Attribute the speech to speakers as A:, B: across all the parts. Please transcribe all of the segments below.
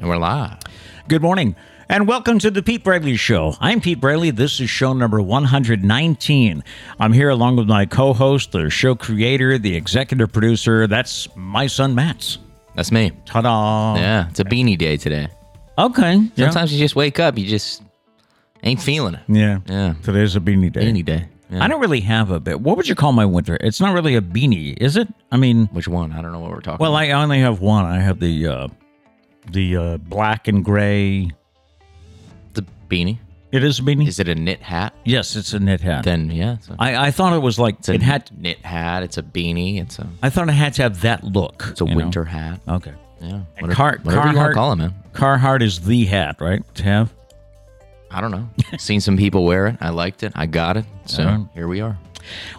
A: live.
B: Good morning, and welcome to the Pete Bradley Show. I'm Pete Bradley. This is show number 119. I'm here along with my co host, the show creator, the executive producer. That's my son, Matt's.
A: That's me.
B: Ta da.
A: Yeah, it's a beanie day today.
B: Okay. yeah.
A: Sometimes you just wake up, you just ain't feeling it.
B: Yeah.
A: Yeah.
B: Today's a beanie day.
A: Beanie day. Yeah.
B: I don't really have a bit. What would you call my winter? It's not really a beanie, is it? I mean,
A: Which one? I don't know what we're talking
B: well,
A: about.
B: I only have one. I have the uh, the uh, black and gray.
A: the beanie.
B: It is a beanie.
A: Is it a knit hat?
B: yes, it's a knit hat.
A: Then, yeah. It's a,
B: I, I thought it was like
A: it's a
B: it had.
A: knit hat. It's a beanie. It's a,
B: I thought it had to have that look.
A: it's a
B: you know?
A: winter hat.
B: Okay.
A: Yeah.
B: And Car-
A: whatever you want
B: Carhartt-
A: to call it, man.
B: Carhartt is the hat, right? To have.
A: I don't know. Seen some people wear it. I liked it. I got it. So here we are.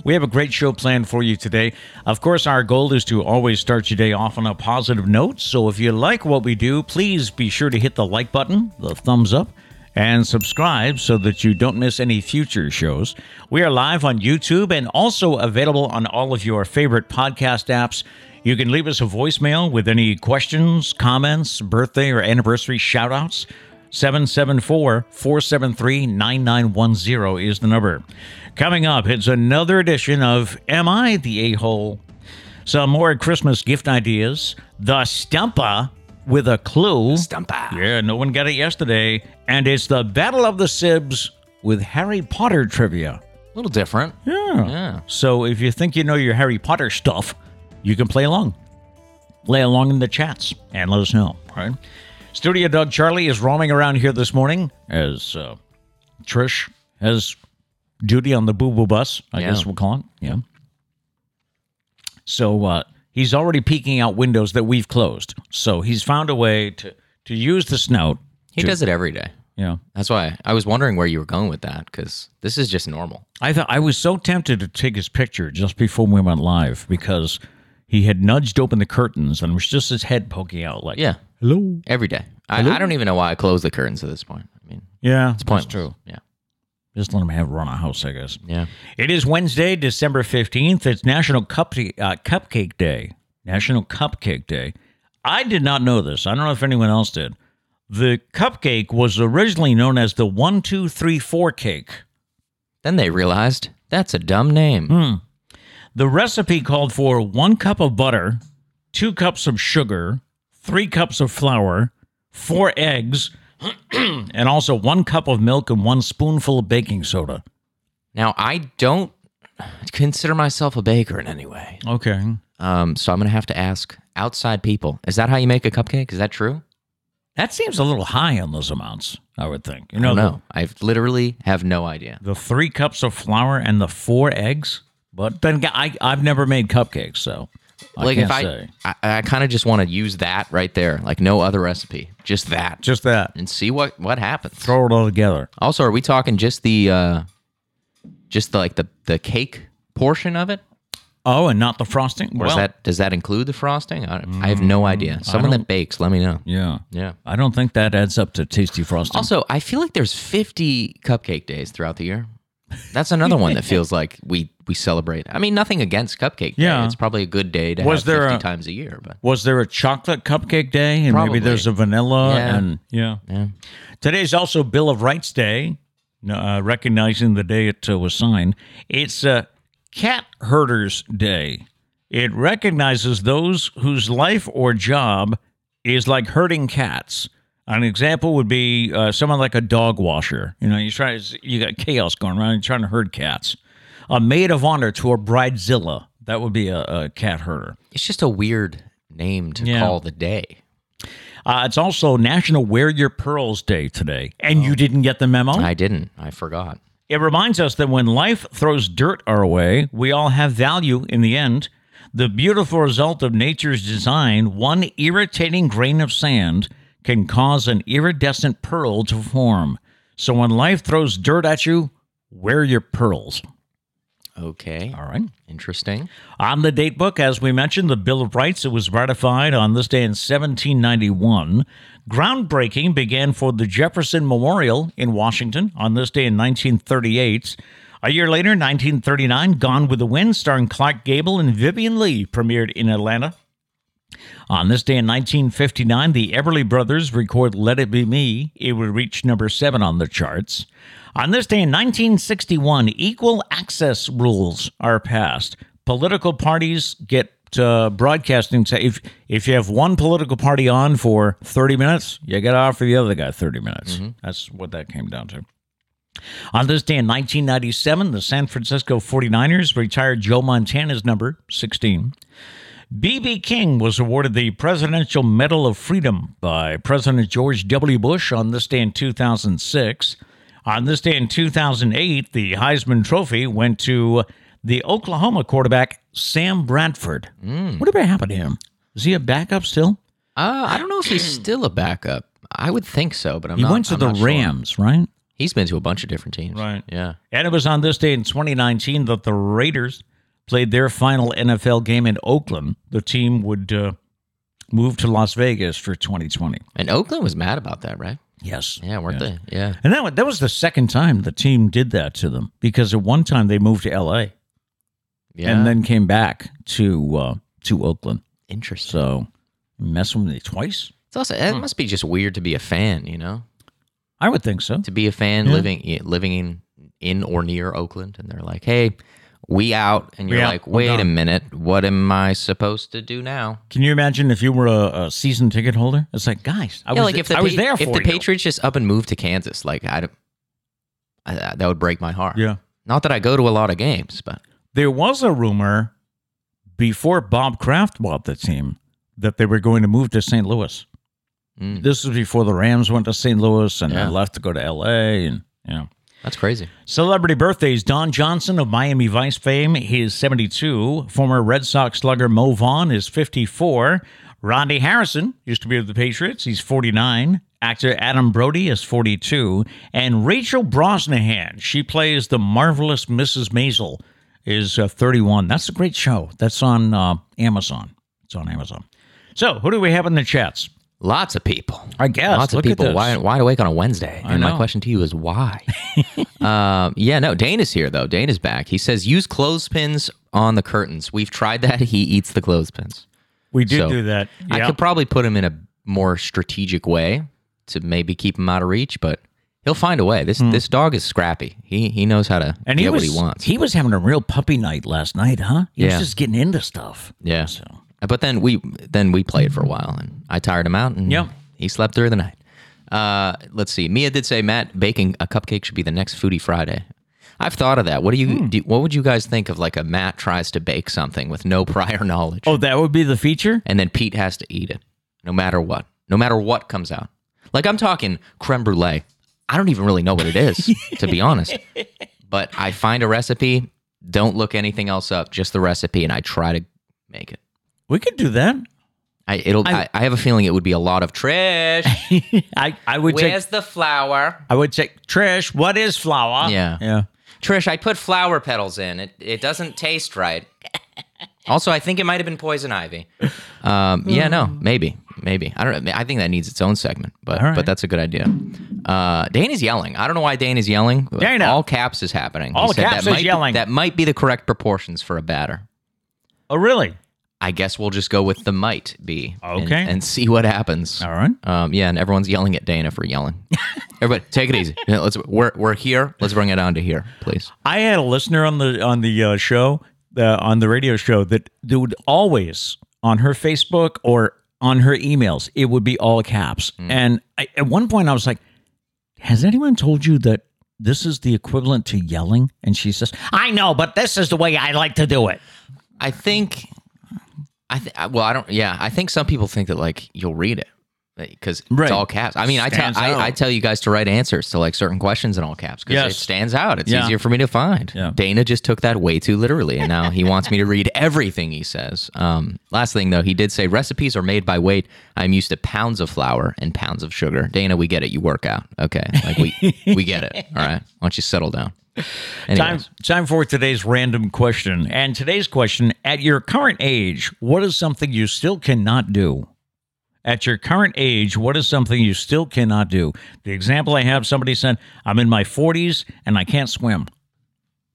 B: We have a great show planned for you today. Of course, our goal is to always start your day off on a positive note. So if you like what we do, please be sure to hit the like button, the thumbs up, and subscribe so that you don't miss any future shows. We are live on YouTube and also available on all of your favorite podcast apps. You can leave us a voicemail with any questions, comments, birthday or anniversary shout outs. 774 473 9910 is the number. Coming up, it's another edition of Am I the A Hole? Some more Christmas gift ideas, the Stumpa with a clue.
A: Stumpa.
B: Yeah, no one got it yesterday. And it's the Battle of the Sibs with Harry Potter trivia.
A: A little different.
B: Yeah.
A: Yeah.
B: So if you think you know your Harry Potter stuff, you can play along. Play along in the chats and let us know. All right. Studio Doug Charlie is roaming around here this morning as uh, Trish has duty on the boo boo bus, I
A: Yeah.
B: guess we'll call it. Yeah. So uh, he's already peeking out windows that we've closed. So he's found a way to, to use the snout.
A: He does it every day.
B: You know,
A: That's why I was wondering where you were going with that because this is just normal.
B: I thought I was so tempted to take his picture just before we went live because he had nudged open the curtains and was just his head poking out like
A: Yeah.
B: hello
A: Every day. I, I don't even know why I closed the curtains at this point. I mean,
B: yeah it's
A: pointless.
B: true
A: Yeah.
B: just let him have run a house I guess
A: Yeah.
B: it is Wednesday December fifteenth it's National Cup uh, Cupcake Day National Cupcake Day I did not know this I don't know if anyone else did the cupcake was originally known as the one two three four cake
A: Then they realized that's a dumb name.
B: Hmm. The recipe called for one cup of butter, two cups of sugar, three cups of flour, four eggs, and also one cup of milk and one spoonful of baking soda.
A: Now, I don't consider myself a baker in any way.
B: Okay.
A: Um, so I'm going to have to ask outside people is that how you make a cupcake? Is that true?
B: That seems a little high on those amounts, I would think. You
A: I
B: know,
A: don't know. I literally have no idea.
B: The, the three cups of flour and the four eggs. But then ga- I, I've never made cupcakes, so I
A: like,
B: can't
A: if I,
B: say.
A: I, I kind of just want to use that right there, like no other recipe, just that,
B: Just that.
A: and see what what happens.
B: Throw it all together.
A: Also, are we talking just the uh just the, like the the cake portion of it?
B: Oh, and not the frosting?
A: Or
B: well, Mm,
A: is that does that include the frosting? I, I have no idea. Someone that bakes, let me know.
B: yeah.
A: Yeah.
B: I don't think that adds up to tasty frosting.
A: Also, I feel like there's 50 cupcake days throughout the year. That's another one that feels like we we celebrate. I mean, nothing against cupcake day.
B: Yeah.
A: It's probably a good day to
B: Was
A: have
B: there
A: 50
B: a-
A: times a year, but
B: Was there a chocolate cupcake day? And
A: Probably.
B: maybe there's a vanilla
A: Yeah.
B: and yeah.
A: yeah.
B: Today's also Bill of Rights Day, uh, recognizing the day it uh, was signed. It's uh, Cat Herders Day. It recognizes those whose life or job is like herding cats. An example would be uh, someone like a dog washer. You know, you try you got chaos going around. You're trying to herd cats. A maid of honor to a bridezilla. That would be a, a cat herder.
A: It's just a weird name to
B: Yeah.
A: call the day.
B: Uh, it's also National Wear Your Pearls Day today, and you didn't get the memo.
A: I didn't. I forgot.
B: It reminds us that when life throws dirt our way, we all have value in the end. The beautiful result of nature's design, one irritating grain of sand, can cause an iridescent pearl to form. So when life throws dirt at you, wear your pearls.
A: Okay.
B: All right.
A: Interesting.
B: On the date book, as we mentioned, the Bill of Rights, it was ratified on this day in 1791. Groundbreaking began for the Jefferson Memorial in Washington on this day in 1938. A year later, 1939, Gone with the Wind, starring Clark Gable and Vivian Lee, premiered in Atlanta. On this day in 1959, the Everly Brothers record Let It Be Me. It would reach number seven on the charts. On this day in 1961, equal access rules are passed. Political parties get uh, broadcasting. T- if, if you have one political party on for 30 minutes, you got to offer the other guy 30 minutes. That's what that came down to. On this day in 1997, the San Francisco 49ers retired Joe Montana's number 16. B.B. King was awarded the Presidential Medal of Freedom by President George W. Bush on this day in 2006. On this day in 2008, the Heisman Trophy went to the Oklahoma quarterback Sam Bradford.
A: Hmm.
B: Whatever happened to him? Is he a backup still?
A: Uh, I don't know if he's still a backup. I would think so, but I'm
B: He
A: not.
B: went to
A: I'm
B: the
A: not sure.
B: Rams, right?
A: He's been to a bunch of different teams.
B: Right.
A: Yeah.
B: And it was on this day in 2019 that the Raiders played their final NFL game in Oakland. The team would uh, move to Las Vegas for 2020.
A: And Oakland was mad about that, right?
B: Yes.
A: Yeah, weren't they? Yeah.
B: And that, wa- that was the second time the team did that to them because at one time they moved to LA
A: Yeah.
B: and then came back to uh, to Oakland.
A: interesting.
B: So messing with me twice?
A: It's also it
B: Hmm.
A: must be just weird to be a fan, you know,
B: I would think so.
A: to be a fan living yeah, living in in or near Oakland, and they're like, "Hey, we out," and you're
B: We out.
A: like,
B: We're
A: "Wait a
B: gone."
A: minute, what am I supposed to do now?"
B: Can you imagine if you were a, a season ticket holder? It's like, guys, I,
A: yeah,
B: was,
A: like if the
B: I was
A: Pa-
B: there for
A: if the
B: you.
A: Patriots just up and moved to Kansas, like I, don't- I- I- that would break my heart.
B: Yeah.
A: Not that I go to a lot of games, but
B: There was a rumor before Bob Kraft bought the team that they were going to move to St. Louis.
A: Mm.
B: This was before the Rams went to St. Louis and
A: Yeah.
B: left to go to LA and you know.
A: that's crazy.
B: Celebrity birthdays Don Johnson of Miami Vice fame, he is 72. Former Red Sox slugger Mo Vaughn is 54. Rodney Harrison used to be with the Patriots. He's 49. Actor Adam Brody is 42. And Rachel Brosnahan, she plays the marvelous Mrs. Maisel, is uh, 31. That's a great show. That's on uh, Amazon. It's on Amazon. So, who do we have in the chats?
A: Lots of people.
B: I guess.
A: Lots of
B: Look at
A: people
B: this.
A: wide, wide awake on a Wednesday. and my
B: know.
A: question to you is why? um, yeah, no, Dana's here, though. Dana's back. He says, use clothespins on the curtains. We've tried that. He eats the clothespins.
B: We did
A: So,
B: do that.
A: I
B: Yeah.
A: could probably put him in a more strategic way to maybe keep him out of reach, but he'll find a way. This this dog is scrappy. He he knows how to
B: Hmm. and
A: get
B: he was,
A: what he wants.
B: He was having a real puppy night last night, huh? He
A: Yeah.
B: was just getting into stuff.
A: yeah. Uh, But then we then we played for a while, and I tired him out, and
B: Yep.
A: he slept through the night. Uh, let's see. Mia did say Matt baking a cupcake should be the next Foodie Friday. I've thought of that. What do you? Do, what would you guys think of like a Matt tries to bake something with no prior knowledge,
B: Oh, that would be the feature?
A: and then Pete has to eat it, no matter what, no matter what comes out. Like I'm talking creme brulee. I don't even really know what it is, to be honest. But I find a recipe, don't look anything else up, just the recipe, and I try to make it.
B: We could do that.
A: I it'll I, I have a feeling it would be a lot of Trish.
B: I, I would take
A: Where's the flower?
B: I would take Trish, what is flour?
A: Yeah.
B: Yeah.
A: Trish, I put flower petals in. It it doesn't taste right. also, I think it might have been poison ivy. Um, yeah,
B: Hmm.
A: no, maybe, maybe. I don't. know. I think that needs its own segment, but
B: right.
A: but that's a good idea. Uh, Dane is yelling. I don't know why Dane is yelling. but
B: Dana.
A: All caps is happening. He
B: All caps
A: that
B: is
A: might be-
B: yelling.
A: that might be the correct proportions for a batter.
B: Oh really?
A: I guess we'll just go with the might be. and-
B: Okay.
A: And, see what happens.
B: All right.
A: Um, yeah, and everyone's yelling at Dana for yelling. Everybody, take it easy. Yeah, let's we're we're here. Let's bring it on to here, please.
B: I had a listener on the on the uh, show, uh, on the radio show that they would always on her Facebook or on her emails, it would be all caps. And I, at one point I was like, has anyone told you that this is the equivalent to yelling? And she says, I know, but this is the way I like to do it.
A: I think, I th- I- well, I don't. Yeah, I think some people think that like you'll read it because
B: Right.
A: it's all caps. I mean, I tell
B: Stands out.
A: I, I tell you guys to write answers to like certain questions in all caps because
B: Yes.
A: it stands out. It's
B: Yeah.
A: easier for me to find.
B: Yeah.
A: Dana just took that way too literally, and now he wants me to read everything he says. Um, last thing though, he did say recipes are made by weight. I'm used to pounds of flour and pounds of sugar. Dana, we get it. You work out, okay? Like we we get it. All right, why don't you settle down?
B: Time,
A: Anyways,
B: time for today's random question. And today's question at your current age, what is something you still cannot do? At your current age, what is something you still cannot do? The example I have somebody said, I'm in my 40s and I can't swim.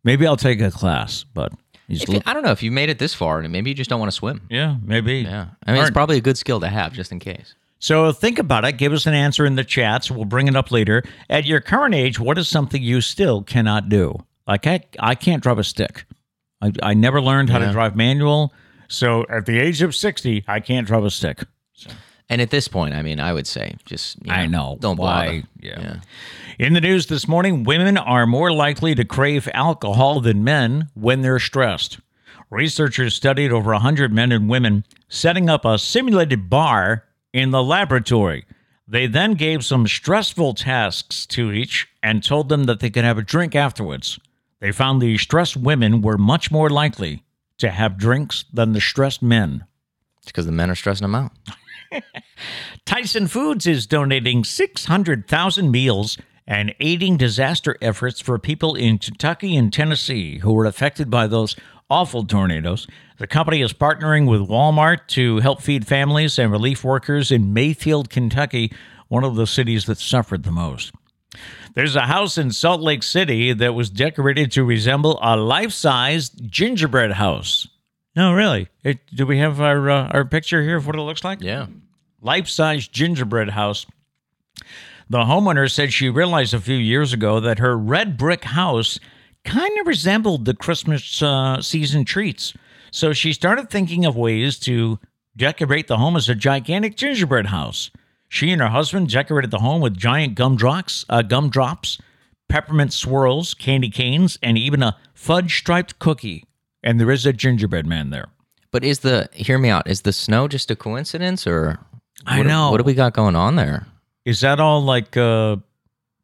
B: Maybe I'll take a class, but You just
A: If you-
B: look-
A: I don't know if you made it this far and maybe you just don't want to swim.
B: yeah, maybe.
A: Yeah. I mean, it's
B: Alright.
A: probably a good skill to have just in case.
B: So think about it. Give us an answer in the chats. We'll bring it up later. At your current age, what is something you still cannot do? Like I, I can't drive a stick. I, I never learned how to drive manual. So at the age of sixty, I can't drive a stick.
A: And at this point, I mean, I would say just you
B: I know.
A: Don't bother.
B: Why? Yeah. In the news this morning, women are more likely to crave alcohol than men when they're stressed. Researchers studied over 100 men and women, setting up a simulated bar in the laboratory. They then gave some stressful tasks to each and told them that they could have a drink afterwards. They found the stressed women were much more likely to have drinks than the stressed men.
A: It's because the men are stressing them out.
B: Tyson Foods is donating 600,000 meals and aiding disaster efforts for people in Kentucky and Tennessee who were affected by those awful tornadoes. The company is partnering with Walmart to help feed families and relief workers in Mayfield, Kentucky, one of the cities that suffered the most. There's a house in Salt Lake City that was decorated to resemble a life-sized gingerbread house. No, really. It, do we have our uh, our picture here of what it looks like?
A: Yeah.
B: life size gingerbread house. The homeowner said she realized a few years ago that her red brick house kind of resembled the Christmas uh, season treats. So she started thinking of ways to decorate the home as a gigantic gingerbread house. She and her husband decorated the home with giant gumdrops, uh, gumdrops, peppermint swirls, candy canes, and even a fudge striped cookie. And there is a gingerbread man there.
A: But is the hear me out? Is the snow just a coincidence or?
B: I
A: what-
B: know.
A: What do we got going on there?
B: Is that all like uh,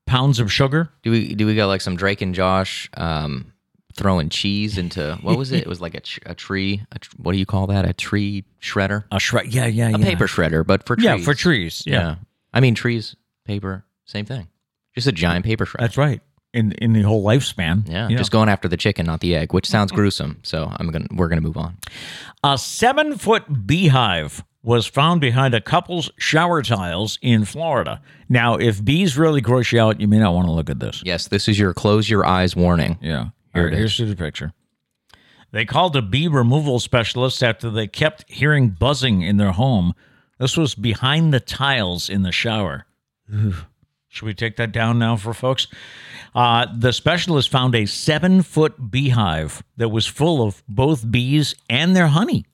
B: pounds of sugar?
A: Do we do we got like some Drake and Josh um, throwing cheese into what was it? It was like a, tr- a tree. A tr- what do you call that? A tree shredder,
B: A shred. Yeah, yeah,
A: a
B: yeah.
A: paper shredder, but for trees.
B: Yeah, for trees. Yeah.
A: I mean trees, paper, same thing. Just a giant paper shredder.
B: that's right. In in the whole lifespan.
A: yeah,
B: You know.
A: just going after the chicken, not the egg, which sounds
B: Mm-hmm.
A: gruesome. So I'm gonna we're gonna move on.
B: a seven foot beehive was found behind a couple's shower tiles in Florida. Now, if bees really gross you out, you may not want to look at this.
A: Yes, this is your close your eyes warning.
B: Yeah.
A: Here
B: Here,
A: it is.
B: here's the picture. They called a bee removal specialist after they kept hearing buzzing in their home. This was behind the tiles in the shower. Ugh. Should we take that down now for folks? Uh, the specialist found a seven foot beehive that was full of both bees and their honey.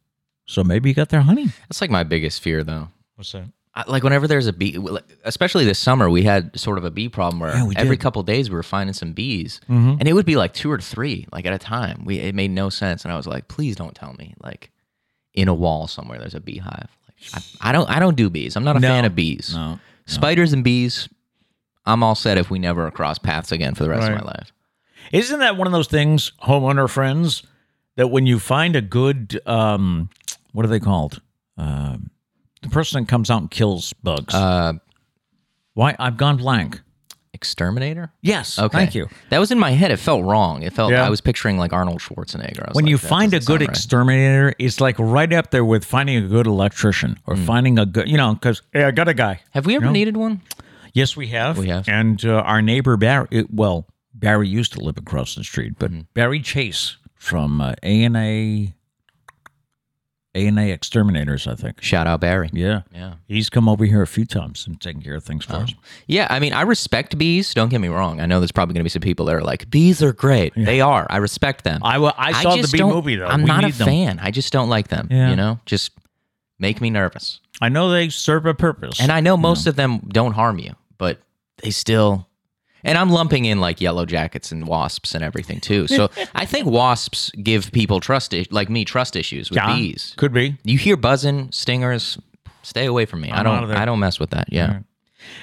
B: So maybe you got their honey.
A: That's like my biggest fear though.
B: What's that?
A: I, like whenever there's a bee, like, especially this summer, we had sort of a bee problem where
B: Yeah, we
A: every
B: did. Mm-hmm.
A: couple days we were finding some bees, and it would be like two or three, like at a time. We it made no sense, and I was like, please don't tell me like in a wall somewhere there's a beehive. Like I, I don't I don't do bees. I'm not a
B: No,
A: fan of bees.
B: No.
A: Spiders and bees. I'm all set if we never cross paths again for the rest
B: Right.
A: of my life.
B: Isn't that one of those things, homeowner friends, that when you find a good, um, what are they called? Um the person that comes out and kills bugs.
A: Uh,
B: Why? I've gone blank.
A: exterminator.
B: Yes.
A: Okay,
B: Thank you.
A: That was in my head. It felt wrong. It felt
B: Yeah.
A: I was picturing like Arnold Schwarzenegger. I was
B: When
A: like,
B: you
A: that
B: find a
A: doesn't
B: good
A: sound right.
B: exterminator, it's like right up there with finding a good electrician
A: Hmm.
B: or finding a good, you know, because, hey, I got a guy.
A: have we ever needed one?
B: Yes, we have.
A: We have.
B: And uh, our neighbor Barry, it, well, Barry used to live across the street, but
A: Mm-hmm.
B: Barry Chase from uh, A&A, A&A Exterminators, I think.
A: Shout out Barry.
B: Yeah.
A: yeah.
B: He's come over here a few times and taken care of things for us.
A: Yeah, I mean, I respect bees. Don't get me wrong. I know there's probably going to be some people that are like, bees are great. They are. I respect them.
B: I, wa- I saw the
A: just
B: B
A: don't-
B: movie, though.
A: I'm
B: We
A: not a
B: need them.
A: fan. I just don't like them.
B: Yeah.
A: You know, just make me nervous.
B: I know they serve a purpose.
A: And I know most of them don't harm you, but they still. And I'm lumping in like yellow jackets and wasps and everything too. So I think wasps give people trust, I- like me, trust issues with
B: Yeah,
A: bees.
B: Could be.
A: You hear buzzing, stingers. Stay away from me. I'm I do
B: out of
A: not
B: there.
A: I don't mess with that. Yeah.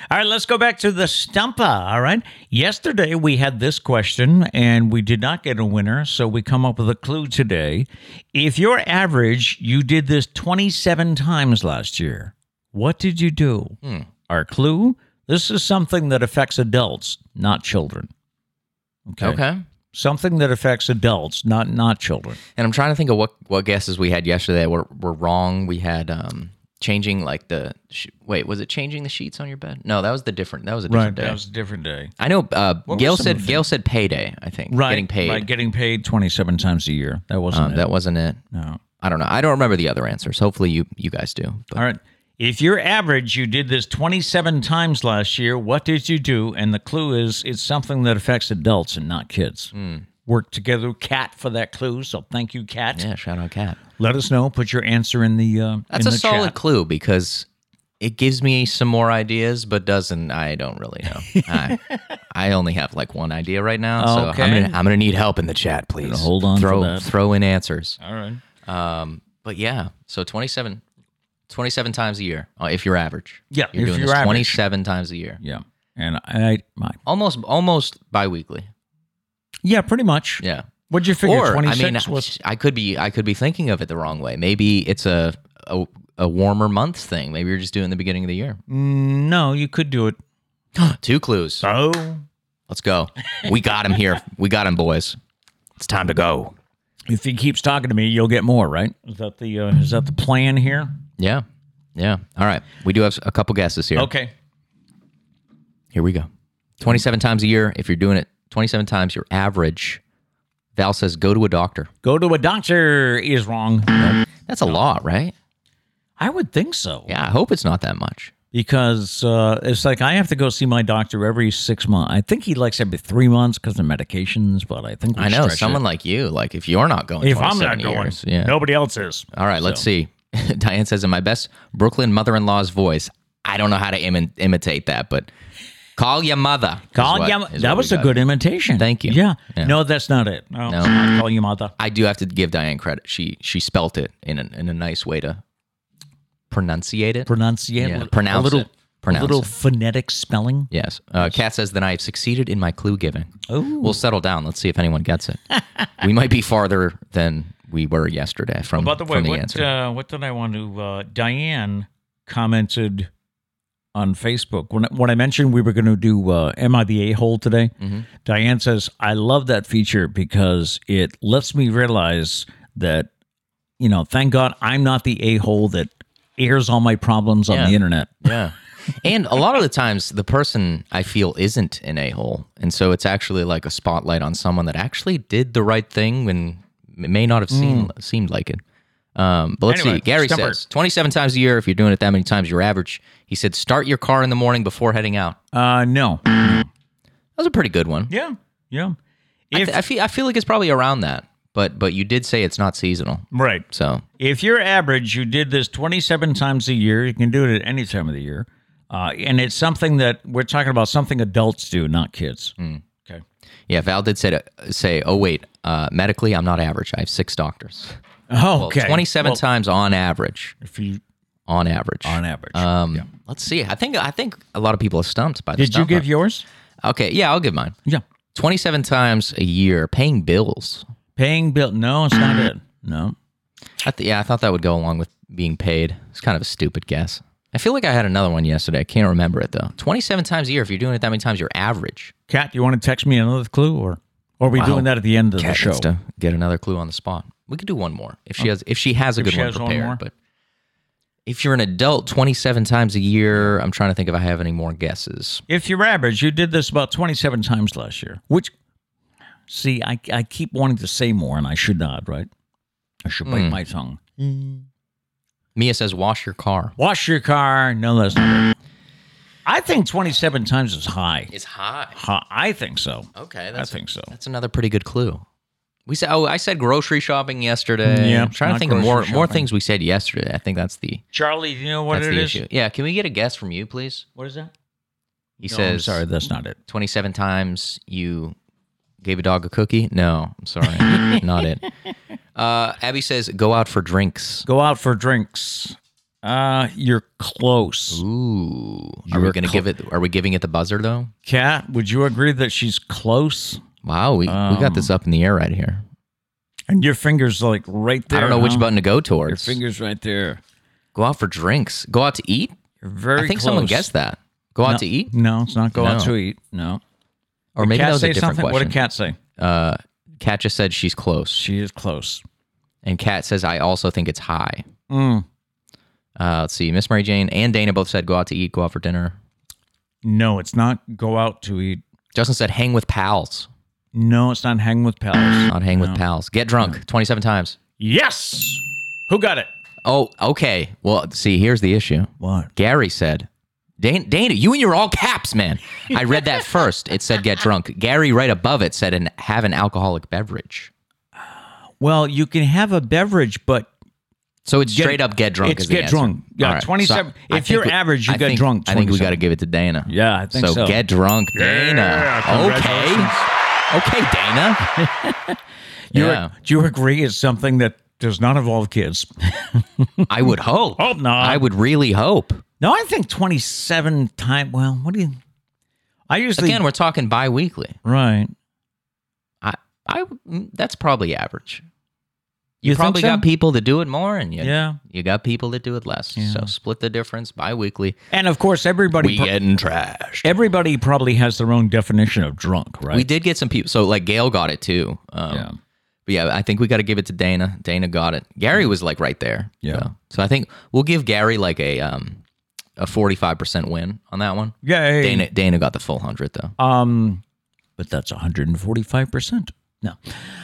B: All right, let's go back to the stumpa. All right. Yesterday we had this question and we did not get a winner, so we come up with a clue today. If you're average, you did this 27 times last year. What did you do? Our clue this is something that affects adults, not children.
A: okay.
B: Something that affects adults, not not children.
A: And I'm trying to think of what what guesses we had yesterday were were wrong. We had um changing like the sh- wait was it changing the sheets on your bed? No, that was the different. That was a
B: Right.
A: different day.
B: That was a different day.
A: I know. Uh,
B: were
A: Gail
B: some of
A: said
B: the
A: Gail said payday. I think
B: Right.
A: getting paid.
B: Right. Getting paid 27 times a year. That wasn't
A: Um,
B: it.
A: that wasn't it.
B: no.
A: I don't know. I don't remember the other answers. Hopefully you you guys do. But
B: All right. If you're average, you did this 27 times last year. What did you do? And the clue is it's something that affects adults and not kids.
A: Hmm.
B: Work together, Cat, for that clue. So thank you, Cat.
A: yeah, shout out Cat.
B: Let us know. Put your answer in the uh,
A: That's
B: in
A: a
B: the
A: solid
B: chat.
A: clue because it gives me some more ideas, but doesn't. I don't really know. I, I only have like one idea right now, so
B: Okay.
A: I'm gonna I'm gonna need help in the chat, please.
B: hold on for
A: Throw
B: that.
A: throw in answers. Um,
B: All right.
A: But yeah, so 27, 27 times a year uh, if you're average.
B: Yeah,
A: you're
B: if
A: doing
B: you're
A: this
B: average.
A: 27 times a year,
B: Yeah. And I, my,
A: almost almost biweekly.
B: yeah, pretty much.
A: Yeah.
B: What'd you figure?
A: or I
B: 26
A: mean, uh,
B: was.
A: I could be I could be thinking of it the wrong way. Maybe it's a a, a warmer month thing. Maybe you're just doing the beginning of the year.
B: No, you could do it.
A: Two clues. Oh.
B: So
A: Let's go. We got him here. We got him, boys. It's time to go.
B: if he keeps talking to me, you'll get more, right? Is that the uh, is that the plan here?
A: Yeah. Yeah. All right. We do have a couple guesses here.
B: Okay.
A: Here we go. 27 times a year. If you're doing it 27 times, your average. Val says go to a doctor.
B: Go to a doctor is wrong.
A: That's a lot, right?
B: I would think so.
A: Yeah. I hope it's not that much.
B: Because uh, it's like I have to go see my doctor every six months. I think he likes every three months because of medications, but I think we
A: I know
B: stretch
A: someone
B: It.
A: like you, like if you're not going,
B: If I'm
A: 27
B: not going,
A: years, yeah. Uh,
B: nobody else is.
A: All right, let's see. Diane says, in my best Brooklyn mother in law's voice, I don't know how to imi- imitate that, but call your mother. is
B: Call
A: what-
B: your-
A: is
B: that
A: what we
B: was a
A: got.
B: good imitation.
A: Thank you.
B: Yeah. No, that's not it. No. I'll Call your mother.
A: I do have to give Diane credit. She she spelt it in a, in a nice way to pronunciate it.
B: Pronunciate.
A: Yeah,
B: li-
A: pronounce
B: a little,
A: it. Pronounce
B: a little
A: it.
B: phonetic spelling.
A: yes. Uh, Kat says, then I have succeeded in my clue giving.
B: Ooh.
A: We'll settle down. Let's see if anyone gets it. we might be farther than we were yesterday from,
B: By the way,
A: from the
B: what
A: answer.
B: uh, what did I want to? Uh, Diane commented on Facebook when when I mentioned we were going to do uh, "Am I the a hole" today.
A: Mm-hmm.
B: Diane says, "I love that feature because it lets me realize that you know, thank God I'm not the a hole that airs all my problems on
A: Yeah.
B: the internet."
A: Yeah. And a lot of the times, the person I feel isn't an a hole. And so it's actually like a spotlight on someone that actually did the right thing when it may not have seen, seemed like it. Um, but let's
B: Mm. Anyway,
A: see. Gary
B: Stumper.
A: says 27 times a year, if you're doing it that many times, your average. He said, start your car in the morning before heading out.
B: Uh, no.
A: That was a pretty good one.
B: Yeah. Yeah.
A: I,
B: If
A: th- I, feel, I feel like it's probably around that. But but you did say it's not seasonal.
B: right.
A: So
B: If you're average, you did this 27 times a year. You can do it at any time of the year. Uh, and it's something that we're talking about, something adults do, not kids. Okay.
A: yeah, Val did say, to- say oh, wait, uh, medically, I'm not average. I have six doctors.
B: Oh, okay.
A: 27
B: Well,
A: times on average.
B: If you,
A: On average.
B: on average.
A: Um, Let's see. I think I think a lot of people are stumped by this.
B: did you give yours?
A: Okay, yeah, I'll give mine.
B: Yeah.
A: Twenty-seven times a year paying bills.
B: Paying bill. No, it's not it. No.
A: I th- yeah, I thought that would go along with being paid. It's kind of a stupid guess. I feel like I had another one yesterday. I can't remember it though. Twenty-seven times a year. If you're doing it that many times, you're average.
B: Kat, do you want to text me another clue or, or are we doing that at the end of the
A: Kat
B: show?
A: needs to get another clue on the spot. We could do one more if she has if she has a good
B: Oh. she
A: one
B: has one
A: prepared.
B: more.
A: But if you're an adult, twenty-seven times a year. I'm trying to think if I have any more guesses.
B: If you're average, you did this about 27 times last year, which, see, I, I keep wanting to say more and I should not, right? I should bite my tongue.
A: Mia says, "Wash your car."
B: Wash your car. No, that's not it. I think 27 times is high.
A: It's high.
B: Hi- I think so.
A: Okay,
B: I
A: that's
B: think so.
A: That's another pretty good clue. We said, oh, I said grocery shopping yesterday.
B: Yeah,
A: I'm trying
B: not
A: to think of
B: grocery
A: more more
B: shopping.
A: things we said yesterday. I think that's the
B: Charlie, do you know what
A: that's
B: it
A: the
B: is?
A: issue. Yeah, can we get a guess from you, please?
B: What is that?
A: He
B: No, I'm
A: says,
B: sorry, that's not it.
A: 27 times you gave a dog a cookie. No, I'm sorry, not it. Uh, Abby says, go out for drinks.
B: Go out for drinks. Uh, you're close.
A: Ooh, are we
B: You're
A: gonna
B: cl-
A: give it? Are we giving it the buzzer though?
B: Kat, would you agree that she's close?
A: Wow, we, we
B: Um,
A: got this up in the air right here.
B: And your fingers like right there.
A: I don't know which
B: huh?
A: button to go
B: um, Your
A: towards.
B: fingers right there.
A: Go out for drinks. Go out to eat.
B: You're very.
A: I think someone
B: close.
A: guessed that. Go out
B: No,
A: to eat.
B: No, it's not go out
A: No.
B: to eat. No.
A: Or maybe
B: Kat
A: that was
B: say
A: a different
B: something? What
A: question.
B: did Kat say?
A: uh, Kat just said she's close,
B: She is close. Mm.
A: and Kat says I also think it's high. Uh, let's see. Miss Mary Jane and Dana both said go out to eat, go out for dinner.
B: No, it's not go out to eat.
A: Justin said hang with pals,
B: No, it's not hang with pals.
A: not hang with pals. Get drunk 27 times.
B: yes. Who got it?
A: Oh, okay. Well, see, here's the issue.
B: What?
A: Gary said, Dan- Dana, you and your all caps, man. I read that first. It said get drunk. Gary, right above it, said and have an alcoholic beverage.
B: Well, you can have a beverage, but
A: So it's straight up get drunk.
B: it's
A: is the
B: get
A: answer.
B: drunk. Yeah,
A: All right.
B: 27
A: I
B: if
A: think
B: you're average, you
A: I
B: get
A: think-
B: drunk
A: I think we
B: 27.
A: got to give it to Dana.
B: Yeah, I think so.
A: get drunk, Dana.
B: congratulations.
A: okay, okay, Dana.
B: you're-
A: yeah,
B: do you agree it's something that does not involve kids?
A: I would hope.
B: Hope not.
A: I would really hope.
B: No, I think 27 time. Well, what do you. I usually.
A: Again, we're talking bi-weekly.
B: right.
A: I, I, mm, that's probably average.
B: You, think
A: probably
B: so?
A: got people that do it more, and you,
B: Yeah.
A: you got people that do it less. So split the difference bi-weekly.
B: And of course, everybody.
A: We
B: pro-
A: getting trashed.
B: Everybody probably has their own definition of drunk, right?
A: We did get some people. So like Gail got it too. Um,
B: Yeah.
A: But yeah, I think we got to give it to Dana. Dana got it. Gary was like right there.
B: Yeah.
A: So, so I think we'll give Gary like a um a forty five percent win on that one.
B: Yay.
A: Dana Dana got the full hundred though,
B: Um, but that's 145%. No.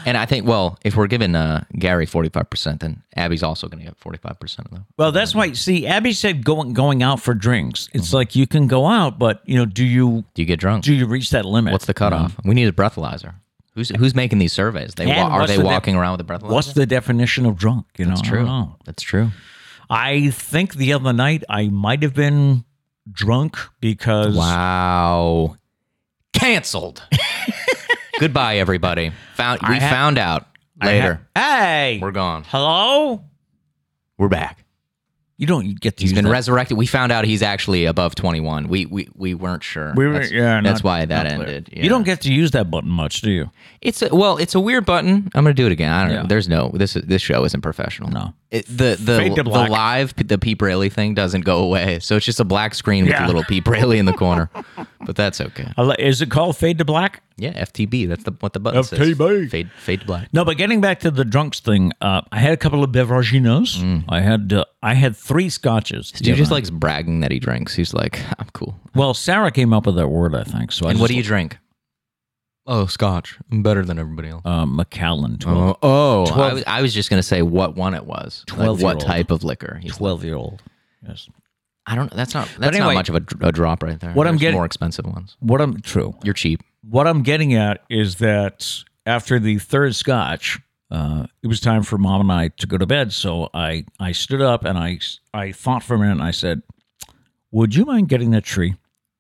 A: and I think well if we're giving uh, Gary forty five percent, then Abby's also going to get forty five percent though.
B: Well, that's why. See, Abby said going going out for drinks. It's
A: Mm-hmm.
B: like you can go out, but you know, do you
A: Do you get drunk?
B: do you reach that limit?
A: What's the cutoff? We need a breathalyzer. Who's who's making these surveys? They
B: And
A: wa- are
B: what's
A: they
B: the dif-
A: walking around with a breathalyzer?
B: What's the definition of drunk? You know,
A: That's
B: I don't
A: true.
B: know.
A: That's true.
B: I think the other night I might have been drunk because
A: Wow. Canceled. Goodbye, everybody. Found we
B: ha-
A: found out
B: I
A: later.
B: ha- hey,
A: We're gone.
B: hello.
A: We're back.
B: You don't get to.
A: He's
B: use
A: been
B: that.
A: resurrected. We found out he's actually above 21. We we, we weren't sure.
B: We were-
A: that's,
B: yeah,
A: that's
B: not-
A: why that
B: not clear.
A: ended.
B: You
A: Yeah.
B: don't get to use that button much, do you?
A: It's a, well, it's a weird button. I'm gonna do it again. I don't
B: Yeah.
A: know. There's no this is, this show isn't professional.
B: No.
A: It, the the
B: Fade to
A: the
B: black.
A: live the peep rally thing doesn't go away. So it's just a black screen with a
B: Yeah.
A: little peep rally in the corner. But that's okay.
B: I li- Is it called fade to black?
A: Yeah, FTB. That's the what the button says.
B: FTB.
A: Fade fade to black.
B: No, but getting back to the drunks thing, uh, I had a couple of beveraginos. I had uh, I had three scotches. the
A: Dude
B: other
A: Mm. just
B: night.
A: likes bragging that he drinks. He's like, I'm cool.
B: well, Sarah came up with that word, I think. So I
A: And
B: just,
A: what do you drink? Oh, scotch. I'm better than everybody else.
B: uh, Macallan, 12,
A: Oh, oh I,
B: Twelve-
A: was, I was just gonna say what one it was. Like what
B: Twelve-year-old.
A: type of liquor? He's,
B: 12 year old. Yes.
A: I don't. That's not. That's
B: anyway,
A: not much of a, dr- a drop right there.
B: what I'm
A: There's
B: getting-
A: more expensive ones.
B: What I'm true.
A: You're cheap.
B: What I'm getting at is that after the third scotch, uh, it was time for mom and I to go to bed. So I I stood up and I I thought for a minute and I said, "Would you mind getting that tree?"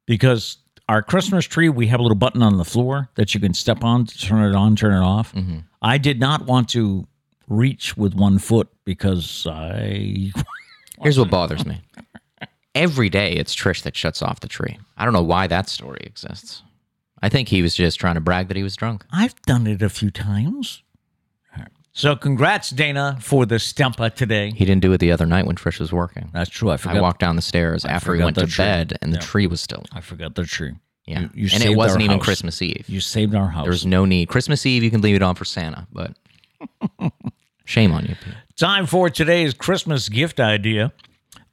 B: Because our Christmas tree, we have a little button on the floor that you can step on to turn it on, turn it off.
A: Mm-hmm.
B: I did not want to reach with one foot because I
A: Here's what bothers me. Every day it's Trish that shuts off the tree. I don't know why that story exists. I think he was just trying to brag that he was drunk.
B: I've done it a few times. So congrats, Dana, for the stumpa today.
A: He didn't do it the other night when Trish was working.
B: That's true. I forgot.
A: I walked down the stairs after he
B: forgot
A: went to
B: the tree.
A: bed, and the tree was still.
B: I forgot the tree.
A: Yeah,
B: You- you
A: and
B: saved
A: it
B: our
A: wasn't even
B: house.
A: Christmas Eve.
B: You saved our house.
A: There's no need. Christmas Eve, you can leave it on for Santa, but shame on you. Pete.
B: Time for today's Christmas gift idea.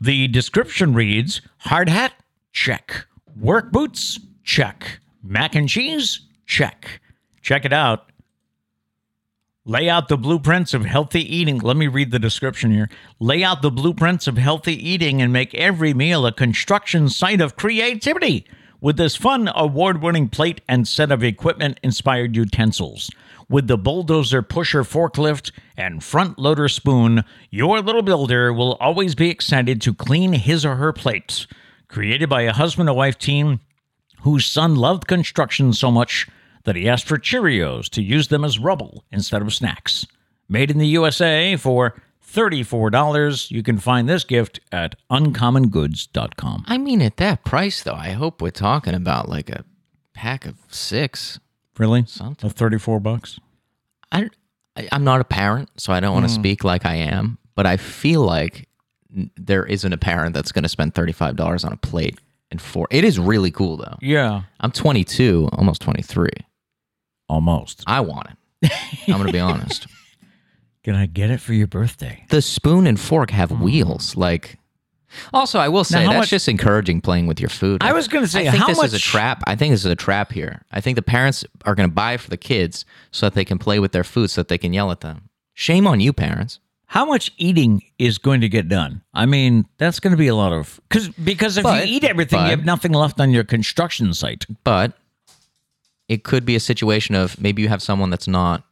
B: The description reads: hard hat, check. Work boots, check. Mac and cheese, check. Check it out. Lay out the blueprints of healthy eating. Let me read the description here. Lay out the blueprints of healthy eating and make every meal a construction site of creativity. With this fun, award winning plate and set of equipment inspired utensils. With the bulldozer pusher forklift and front loader spoon, your little builder will always be excited to clean his or her plate. Created by a husband and wife team, whose son loved construction so much that he asked for Cheerios to use them as rubble instead of snacks. Made in the USA for $34. You can find this gift at uncommongoods.com.
A: I mean, at that price, though, I hope we're talking about like a pack of six.
B: Really?
A: Something.
B: Of 34 bucks?
A: I, I I'm not a parent, so I don't want to
B: Hmm.
A: speak like I am, but I feel like n- there isn't a parent that's going to spend thirty five dollars on a plate and four. It is really cool though.
B: Yeah.
A: I'm 22, almost 23.
B: Almost.
A: I want it. I'm going to be honest.
B: Can I get it for your birthday?
A: The spoon and fork have wheels. Like Also, I will say
B: Hmm. how
A: that's
B: much-
A: just encouraging playing with your food.
B: I was gonna say,
A: I think
B: how
A: this is a
B: much-
A: trap. I think this is a trap here. I think the parents are gonna buy for the kids so that they can play with their food, so that they can yell at them. Shame on you, parents.
B: How much eating is going to get done? I mean, that's going to be a lot of because because if
A: But-
B: you eat everything, you
A: but-
B: have nothing left on your construction site.
A: But it could be a situation of maybe you have someone that's not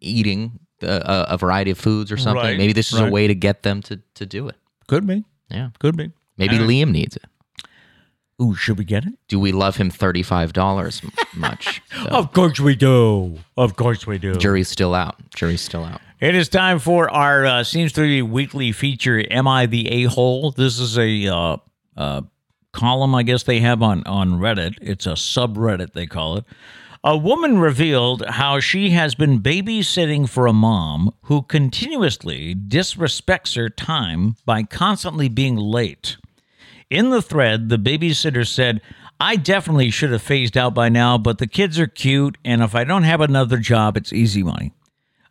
A: eating a, a variety of foods or something.
B: Right,
A: maybe this is
B: right.
A: a way to get them to to do it.
B: Could be,
A: Yeah.
B: could be.
A: Maybe Liam needs it.
B: Ooh, should we get it?
A: Do we love him thirty five dollars much? So,
B: Of course we do. Of course we do.
A: Jury's still out. Jury's still out.
B: It is time for our uh, seems to be weekly feature. Am I the a hole? This is a uh, uh, column, I guess they have on on Reddit. It's a subreddit they call it. A woman revealed how she has been babysitting for a mom who continuously disrespects her time by constantly being late. In the thread, the babysitter said, I definitely should have phased out by now, but the kids are cute, and if I don't have another job, it's easy money.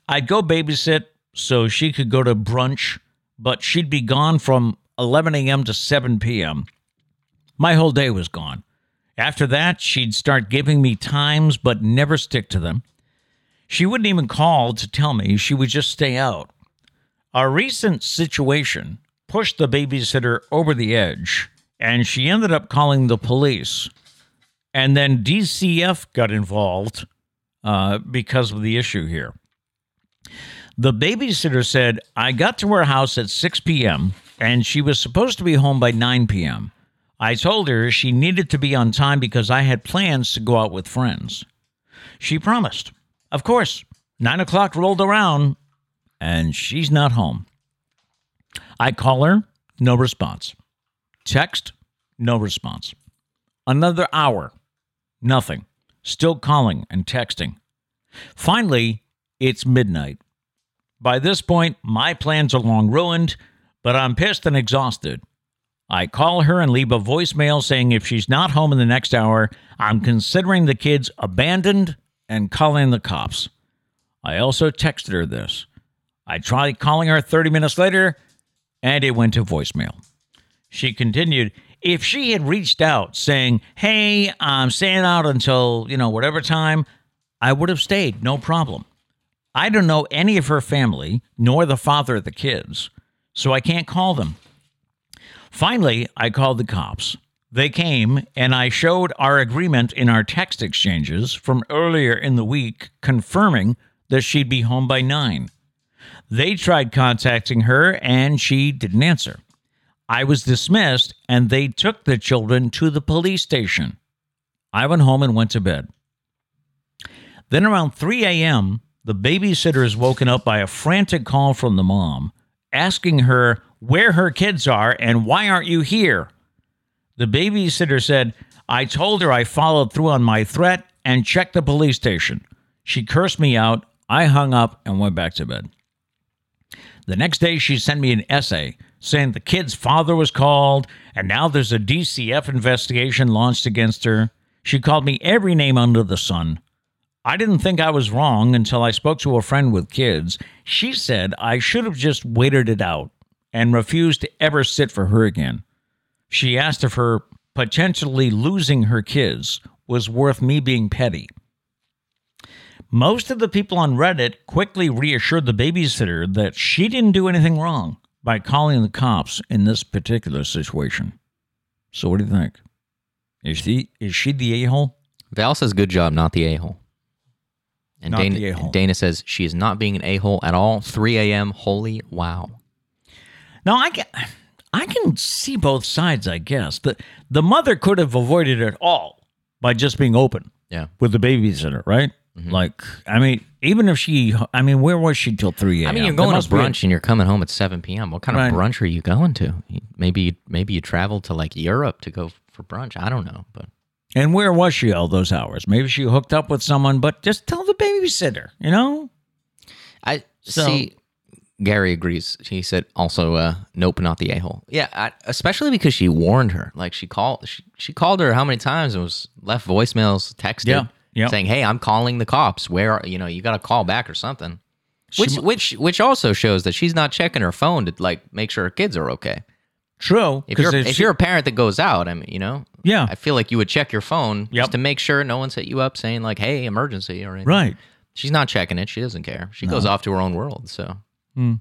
B: I'd go babysit so she could go to brunch, but she'd be gone from 11 a.m. to 7 p.m. My whole day was gone. After that, she'd start giving me times, but never stick to them. She wouldn't even call to tell me, she would just stay out. Our recent situation pushed the babysitter over the edge, and she ended up calling the police. And then DCF got involved uh, because of the issue here. The babysitter said, I got to her house at 6 p.m., and she was supposed to be home by 9 p.m. I told her she needed to be on time because I had plans to go out with friends. She promised. Of course, 9 o'clock rolled around, and she's not home. I call her, no response. Text, no response. Another hour, nothing. Still calling and texting. Finally, it's midnight. By this point, my plans are long ruined, but I'm pissed and exhausted. I call her and leave a voicemail saying if she's not home in the next hour, I'm considering the kids abandoned and calling the cops. I also texted her this. I tried calling her 30 minutes later and it went to voicemail. She continued, if she had reached out saying, Hey, I'm staying out until, you know, whatever time, I would have stayed, no problem. I don't know any of her family, nor the father of the kids, so I can't call them. Finally, I called the cops. They came, and I showed our agreement in our text exchanges from earlier in the week confirming that she'd be home by nine. They tried contacting her, and she didn't answer. I was dismissed, and they took the children to the police station. I went home and went to bed. Then around 3 a.m., the babysitter is woken up by a frantic call from the mom asking her where her kids are and why aren't you here? The babysitter said, I told her I followed through on my threat and checked the police station. She cursed me out. I hung up and went back to bed. The next day, she sent me an essay saying the kid's father was called, and now there's a DCF investigation launched against her. She called me every name under the sun. I didn't think I was wrong until I spoke to a friend with kids. She said I should have just waited it out and refused to ever sit for her again. She asked if her potentially losing her kids was worth me being petty. Most of the people on Reddit quickly reassured the babysitter that she didn't do anything wrong by calling the cops in this particular situation. So what do you think? Is she is she the a-hole?
A: Val says, "Good job, not the a hole." And
B: Not
A: Dana,
B: the a-hole.
A: Dana says she is not being an a hole at all. 3 a.m. Holy wow!
B: No, I can, I can see both sides. I guess the the mother could have avoided it all by just being open
A: Yeah. Mm-hmm.
B: with the babysitter, right? Like, I mean, even if she, I mean, where was she till three a.m.?
A: I mean, you're
B: There
A: going to
B: must be a-
A: brunch and you're coming home at 7 p.m. What kind
B: Right.
A: of brunch are you going to? Maybe maybe you traveled to like Europe to go for brunch. I don't know, but
B: and where was she all those hours? Maybe she hooked up with someone, but just tell the babysitter, you know?
A: I
B: So-
A: see. Gary agrees. He said also, uh, nope, not the a hole. Yeah, I, especially because she warned her. Like she called, she, she called her how many times and was left voicemails, texted,
B: Yeah, yeah.
A: saying, "Hey, I'm calling the cops. Where are, you know you got to call back or something." Which
B: mu-
A: which which also shows that she's not checking her phone to like make sure her kids are okay.
B: True.
A: If
B: 'cause
A: you're,
B: it's-
A: if you're a parent that goes out, I mean, you know,
B: Yeah.
A: I feel like you would check your phone
B: Yep.
A: just to make sure no one's hit you up saying like, "Hey, emergency" or anything.
B: right.
A: She's not checking it. She doesn't care. She goes off to her own world. So,
B: Hmm.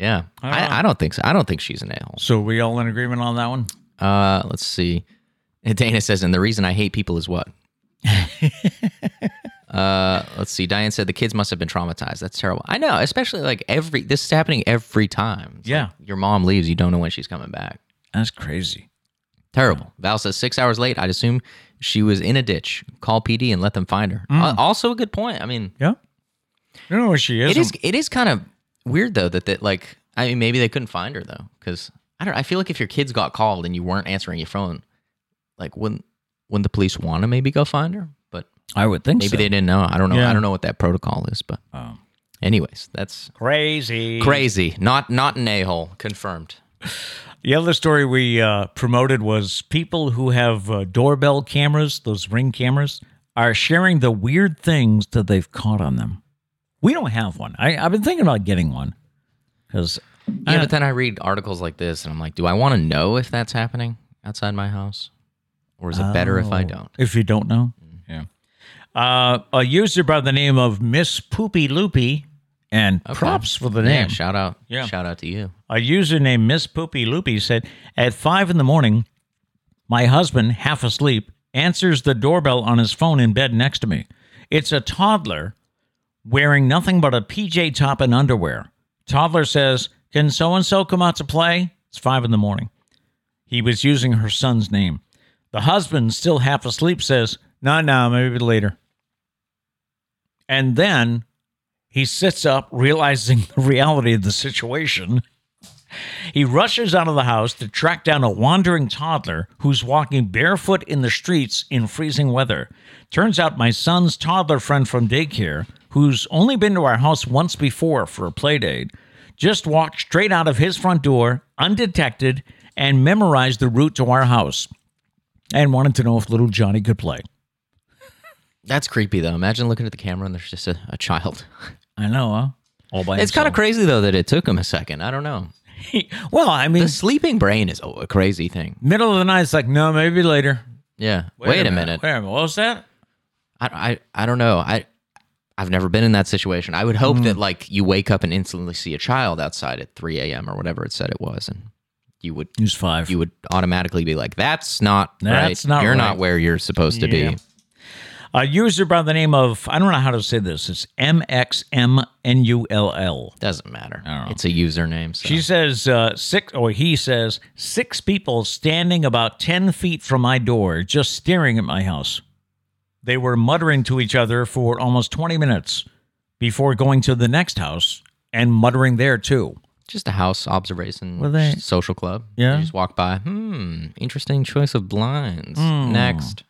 A: yeah,
B: I don't know.
A: I, I don't think so. I don't think she's an a hole.
B: So we all in agreement on that one?
A: Uh, let's see. Dana says, and the reason I hate people is what? uh, let's see. Diane said the kids must have been traumatized. That's terrible. I know, especially like every this is happening every time. It's
B: Yeah.
A: like your mom leaves, you don't know when she's coming back.
B: That's crazy.
A: Terrible. Val says six hours late. I'd assume she was in a ditch. Call PD and let them find her.
B: Mm.
A: Uh, also, a good point. I mean,
B: Yeah. You know where she is.
A: it is it is kind of weird though that that like I mean maybe they couldn't find her though because I don't I feel like if your kids got called and you weren't answering your phone, like wouldn't wouldn't the police want to maybe go find her? But
B: I would think
A: maybe they didn't know. I don't know.
B: Yeah.
A: I don't know what that protocol is. But
B: Oh.
A: anyways, that's
B: Crazy.
A: crazy. Not not an a hole confirmed.
B: The other story we uh, promoted was people who have uh, doorbell cameras, those ring cameras, are sharing the weird things that they've caught on them. We don't have one. I, I've been thinking about getting one because
A: Yeah, but then I read articles like this and I'm like, do I want to know if that's happening outside my house, or is it better if I
B: Oh,
A: don't?
B: If you don't know, yeah. Uh, a user by the name of Miss Poopy Loopy, and props for the
A: Yeah,
B: name.
A: shout out.
B: Yeah.
A: shout out to you.
B: A user named Miss Poopy Loopy said, "At five in the morning, my husband, half asleep, answers the doorbell on his phone in bed next to me. It's a toddler wearing nothing but a PJ top and underwear. Toddler says, "Can so and so come out to play?" It's five in the morning. He was using her son's name. The husband, still half asleep, says, No, no, maybe later. And then he sits up, realizing the reality of the situation. He rushes out of the house to track down a wandering toddler who's walking barefoot in the streets in freezing weather. Turns out my son's toddler friend from daycare, who's only been to our house once before for a play date, just walked straight out of his front door, undetected, and memorized the route to our house and wanted to know if little Johnny could play.
A: That's creepy though. Imagine looking at the camera and there's just a, a child.
B: I know, huh? All by
A: It's kind of crazy though that it took him a second. I don't know.
B: of well. I mean,
A: The sleeping brain is a crazy thing.
B: middle of the night, it's like no, maybe later.
A: Yeah. Wait, a minute.
B: Wait a minute. What was that?
A: I, I I don't know. I I've never been in that situation. I would hope that like you wake up and instantly see a child outside at 3 a.m. or whatever it said it was, and you would
B: News five.
A: you would automatically be like, "That's not
B: That's
A: right.
B: not
A: You're
B: right."
A: not where you're supposed to
B: Yeah.
A: be."
B: A user by the name of I don't know how to say this. It's M X M N U L L.
A: Doesn't matter.
B: don't know.
A: It's a username. So.
B: She says uh, six, or he says six people standing about ten feet from my door, just staring at my house. They were muttering to each other for almost twenty minutes before going to the next house and muttering there too.
A: just a house observation
B: Were they-
A: social club.
B: Yeah.
A: You just walk by. Hmm. Interesting choice of blinds. Next.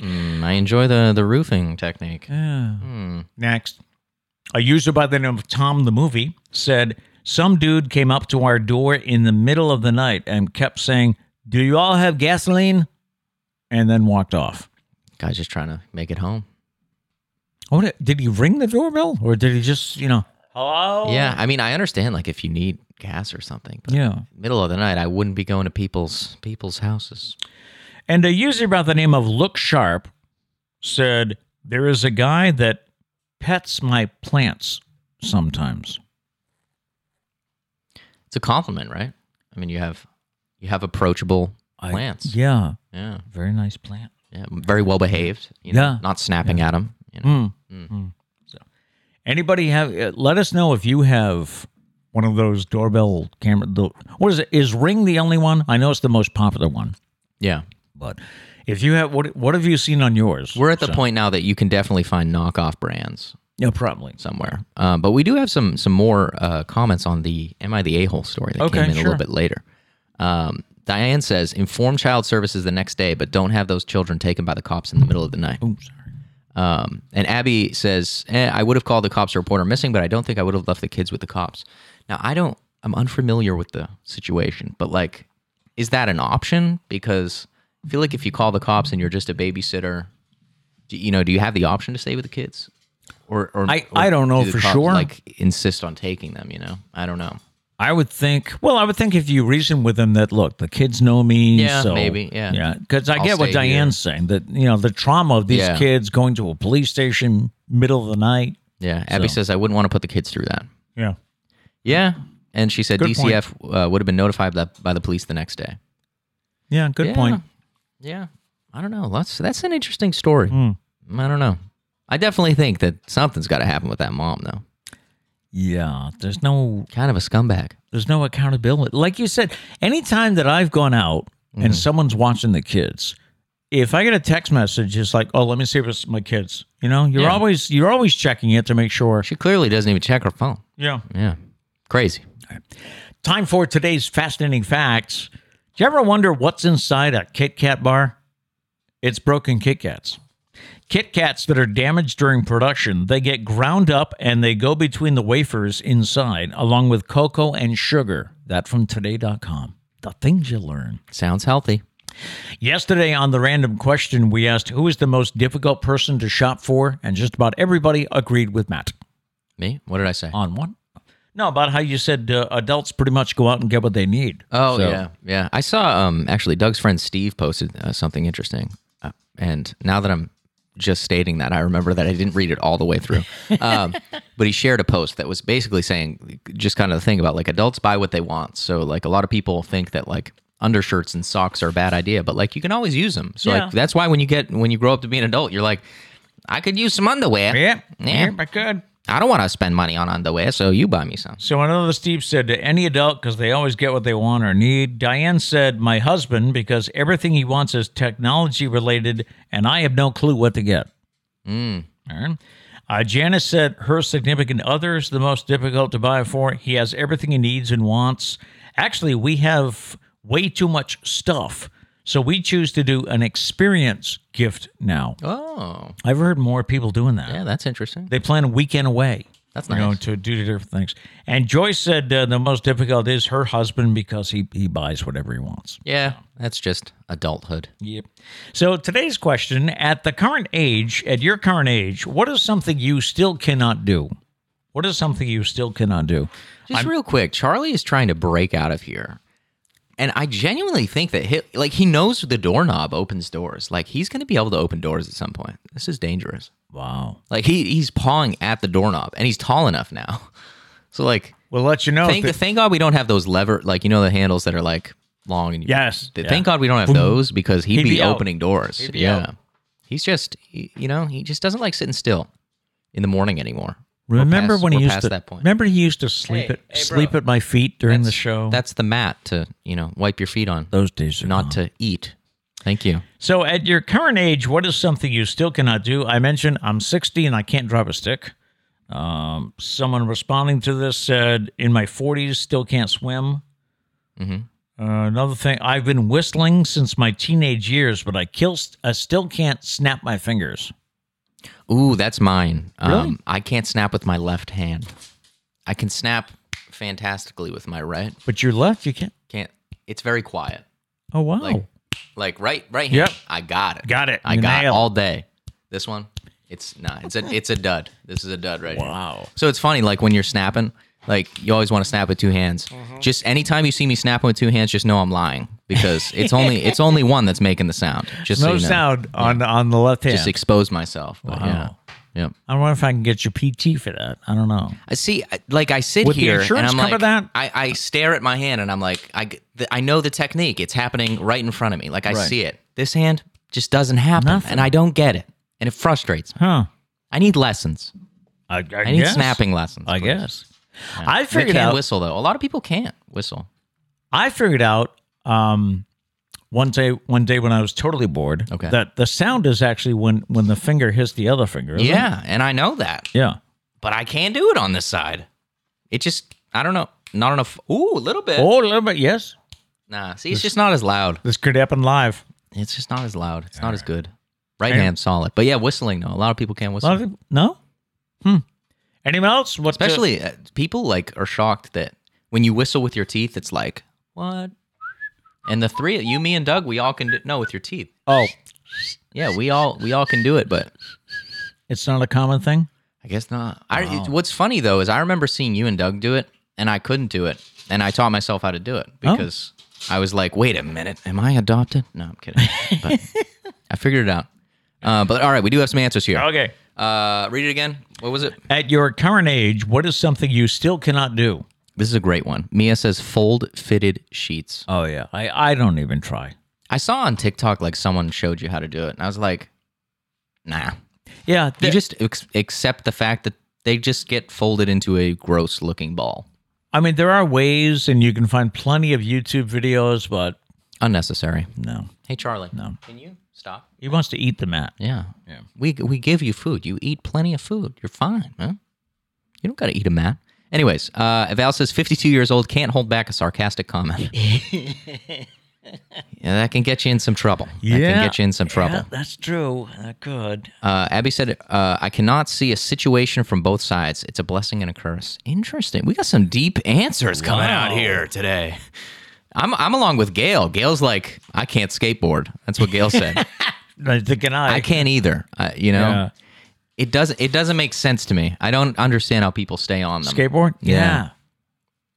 A: Hmm, I enjoy the the roofing technique.
B: Next. A user by the name of Tom the Movie said, Some dude came up to our door in the middle of the night and kept saying, Do you all have gasoline? And then walked off.
A: Guy's just trying to make it home.
B: Oh, did- did he ring the doorbell or did he just, you know, hello?
A: Yeah. I mean, I understand like if you need gas or something, but
B: Oh. Yeah.
A: middle of the night, I wouldn't be going to people's people's houses.
B: And a user by the name of Look Sharp said, There is a guy that pets my plants sometimes.
A: It's a compliment, right? I mean, you have you have approachable
B: I-
A: plants. yeah.
B: yeah.
A: yeah.
B: Very nice plant.
A: Very well behaved. You know,
B: Yeah. Mm.
A: Not snapping at 'em. at them. You know.
B: Anybody have? Uh, let us know if you have one of those doorbell camera. The, what is it? Is Ring the only one? I know it's the most popular one,
A: Yeah.
B: but if you have, what what have you seen on yours?
A: We're at the point now that you can definitely find knockoff brands.
B: No, probably.
A: somewhere. Um, but we do have some some more uh, comments on the "Am I the a hole?" story that
B: Okay,
A: came in a
B: sure.
A: little bit later. Um, Diane says, "Inform child services the next day, but don't have those children taken by the cops in the middle of the night."
B: Oh, sorry.
A: Um, and Abby says, eh, "I would have called the cops to report her missing, but I don't think I would have left the kids with the cops." Now I don't. I'm unfamiliar with the situation, but like, is that an option? Because I feel like if you call the cops and you're just a babysitter, do, you know, do you have the option to stay with the kids? Or, or
B: I-
A: or
B: I don't know
A: do the
B: for
A: cops,
B: sure.
A: Like, insist on taking them. You know, I don't know.
B: I I would think. Well, I would think if you reason with them that look, the kids know me.
A: Yeah,
B: so,
A: maybe, yeah.
B: yeah. Because I
A: I'll
B: get what
A: stay here.
B: Diane's saying that you know the trauma of these
A: Yeah.
B: kids going to a police station middle of the night.
A: Yeah. Abby says, I wouldn't want to put the kids through that.
B: Yeah.
A: Yeah. And she said
B: Good point.
A: DCF uh, would have been notified by, by the police the next day.
B: Yeah. Good
A: Yeah.
B: point.
A: Yeah. I don't know. That's that's an interesting story. I don't know. I definitely think that something's got to happen with that mom though.
B: Yeah. There's no
A: Kind of a scumbag.
B: There's no accountability. Like you said, anytime that I've gone out and someone's watching the kids, if I get a text message, it's like, oh, let me see if it's my kids. You know, you're
A: Yeah.
B: always you're always checking it to make sure.
A: She clearly doesn't even check her phone.
B: Yeah.
A: Yeah. Crazy.
B: Time for today's fascinating facts. Do you ever wonder what's inside a Kit Kat bar? It's broken Kit Kats. Kit Kats that are damaged during production, they get ground up and they go between the wafers inside, along with cocoa and sugar. That from today.com. The things you learn.
A: Sounds healthy.
B: Yesterday on the random question, we asked who is the most difficult person to shop for, and just about everybody agreed with Matt
A: Me? What did I say?
B: on one. No, about how you said uh, adults pretty much go out and get what they need.
A: Oh
B: So,
A: yeah, yeah. I saw um actually Doug's friend Steve posted uh, something interesting, uh, and now that I'm just stating that, I remember that I didn't read it all the way through. Um, but he shared a post that was basically saying just kind of the thing about like adults buy what they want. So like a lot of people think that like undershirts and socks are a bad idea, but like you can always use them. So
B: Yeah.
A: like that's why when you get when you grow up to be an adult, you're like, I could use some underwear.
B: Yeah,
A: Yeah.
B: yeah, but good.
A: I don't want to spend money on underwear, so you buy me some.
B: So another Steve said to any adult because they always get what they want or need. Diane said, "My husband because everything he wants is technology related, and I have no clue what to get." All right. Uh, Janice said her significant other is the most difficult to buy for. He has everything he needs and wants. Actually, we have way too much stuff, so we choose to do an experience gift now.
A: Oh,
B: I've heard more people doing that.
A: yeah, that's interesting.
B: They plan a weekend away.
A: That's
B: You know,
A: nice.
B: to do different things. And Joyce said uh, the most difficult is her husband because he, he buys whatever he wants.
A: Yeah, that's just adulthood.
B: Yep. So today's question at the current age, at your current age, what is something you still cannot do? What is something you still cannot do?
A: Just real quick, Charlie is trying to break out of here. And I genuinely think that he, like he knows the doorknob opens doors. Like he's going to be able to open doors at some point. This is dangerous.
B: Wow.
A: Like he he's pawing at the doorknob and he's tall enough now. So like
B: We'll let you know.
A: thank thank God we don't have those lever like you know the handles that are like long and you,
B: Yes.
A: Th-
B: Yeah.
A: Thank God we don't have those because he'd,
B: He'd
A: be,
B: be out.
A: opening doors.
B: He'd be
A: yeah.
B: out.
A: He's just he, you know, he just doesn't like sitting still in the morning anymore. We're
B: remember
A: past-
B: when he
A: we're
B: used
A: past
B: to
A: that point.
B: remember he used to sleep
A: Hey,
B: at
A: hey, bro.
B: sleep at my feet during the
A: That's-
B: show.
A: That's the mat to, you know, wipe your feet on.
B: those days are
A: not to
B: gone.
A: eat. Thank you.
B: So, at your current age, what is something you still cannot do? I mentioned I'm 60 and I can't drive a stick. Um, someone responding to this said, "In my 40s, still can't swim."
A: Mm-hmm.
B: Uh, another thing, I've been whistling since my teenage years, but I kill, I still can't snap my fingers.
A: Ooh, that's mine.
B: Really?
A: Um, I can't snap with my left hand. I can snap fantastically with my right.
B: But your left, you can't.
A: Can't. It's very quiet.
B: Oh wow!
A: Like- Like right, right hand.
B: Yep.
A: I got it.
B: Got it.
A: I
B: You
A: got
B: nailed.
A: all day. This one, it's not. It's a it's a dud. This is a dud right here.
B: wow.
A: So it's funny, like when you're snapping, like you always want to snap with two hands. Just anytime you see me snapping with two hands, just know I'm lying because it's only it's only one that's making the sound. Just so
B: No
A: you know.
B: sound on on the left hand.
A: Just expose myself. But
B: Wow.
A: Yeah. Yep.
B: I wonder if I can get your PT for that. I don't know.
A: I see. I- Like I sit
B: Would the
A: here and
B: insurance
A: I'm
B: cover
A: like,
B: that?
A: I, I stare at my hand and I'm like, I, g- th- I know the technique. It's happening right in front of me. Like I
B: Right.
A: see it. This hand just doesn't happen,
B: Nothing.
A: and I don't get it, and it frustrates me.
B: Huh?
A: I need lessons.
B: I, I,
A: I need
B: guess.
A: snapping lessons.
B: I
A: please.
B: guess. I
A: They
B: figured
A: can't
B: out.
A: whistle though. A lot of people can't whistle.
B: I figured out um, one day one day when I was totally bored
A: Okay.
B: that the sound is actually when when the finger hits the other finger. isn't it?
A: Yeah, and I know that,
B: Yeah.
A: but I can't do it on this side. It just, I don't know, not enough. Ooh, a little bit.
B: Oh, a little bit. Yes.
A: Nah, see, it's just not as loud.
B: This could happen live.
A: It's just not as loud. It's not as good. Right hand solid, but yeah, whistling though. A lot of people can't
B: A
A: whistle.
B: lot of people- no. Hmm. Anyone else? What's the-
A: Especially uh, people like are shocked that when you whistle with your teeth, it's like what? And the three, you, me, and Doug, we all can do, no with your teeth.
B: oh,
A: Yeah, we all we all can do it, but
B: it's not a common thing.
A: I guess not. I, it- what's funny though is I remember seeing you and Doug do it, and I couldn't do it. And I taught myself how to do it because I was like, wait a minute, am I adopted? No, I'm kidding. But I figured it out. Uh, but all right, we do have some answers here.
B: Okay.
A: Uh, read it again. What was it?
B: At your current age, what is something you still cannot do?
A: This is a great one. Mia says fold fitted sheets.
B: Oh yeah, I, I don't even try.
A: I saw on TikTok like someone showed you how to do it, and I was like, nah.
B: Yeah,
A: You
B: th-
A: just ex- accept the fact that they just get folded into a gross looking ball.
B: I mean there are ways, and you can find plenty of YouTube videos, but
A: Unnecessary.
B: no,
A: Hey Charlie.
B: No.
A: Can you stop?
B: he wants to eat the mat.
A: Yeah.
B: Yeah.
A: We we give you food. You eat plenty of food. You're fine, man. You don't got to eat a mat. Anyways, uh, Val says 52 years old can't hold back a sarcastic comment. yeah, that can get you in some trouble. That can
B: Yeah.
A: get you in some trouble.
B: that's true. That could.
A: Uh, Abby said, uh, I cannot see a situation from both sides. It's a blessing and a curse. Interesting. We got some deep answers coming out here today. I'm, I'm along with Gail. Gail's like, I can't skateboard. That's what Gail said.
B: Neither can I.
A: I can't either. Uh, you know,
B: Yeah.
A: it doesn't it doesn't make sense to me. I don't understand how people stay on them.
B: skateboard.
A: Yeah.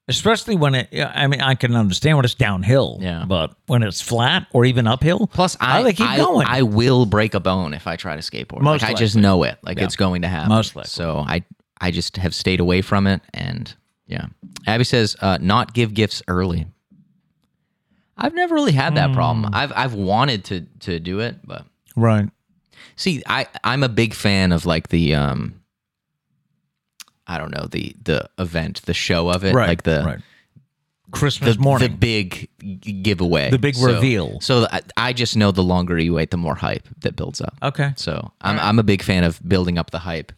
B: Especially when it, yeah, I mean, I can understand when it's downhill.
A: Yeah.
B: But when it's flat or even uphill,
A: Plus, I
B: how they keep
A: I,
B: going.
A: I will break a bone if I try to skateboard.
B: Most
A: like, I just
B: likely.
A: know it. Like it's going to happen.
B: Most likely.
A: So I I just have stayed away from it. And yeah, Abby says uh, not give gifts early. I've never really had that
B: Hmm.
A: problem. I've I've wanted to to do it, but
B: right.
A: see, I I'm a big fan of like the um. I don't know the the event, the show of it,
B: Right.
A: like the
B: right. Christmas morning.
A: the big g- giveaway,
B: The big
A: So-
B: reveal.
A: So th- I just know the longer you wait, the more hype that builds up.
B: okay.
A: So I'm I'm a big fan of building up the hype,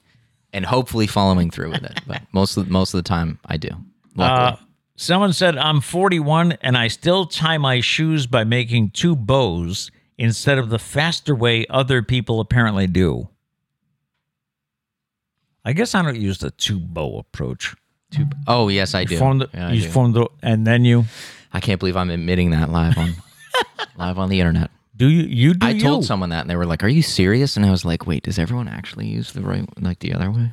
A: and hopefully following through with it. But most of most of the time, I do.
B: Uh,
A: Luckily.
B: someone said, I'm 41 and I still tie my shoes by making two bows instead of the faster way other people apparently do. I guess I don't use the two bow approach.
A: oh yes, I do.
B: Form the,
A: Yeah, I,
B: you
A: do.
B: form the, and then you
A: I can't believe I'm admitting that live on live on the internet.
B: do you, you do
A: I
B: you.
A: told someone that, and they were like, "Are you serious?" And I was like, "Wait, does everyone actually use the right like the other way?"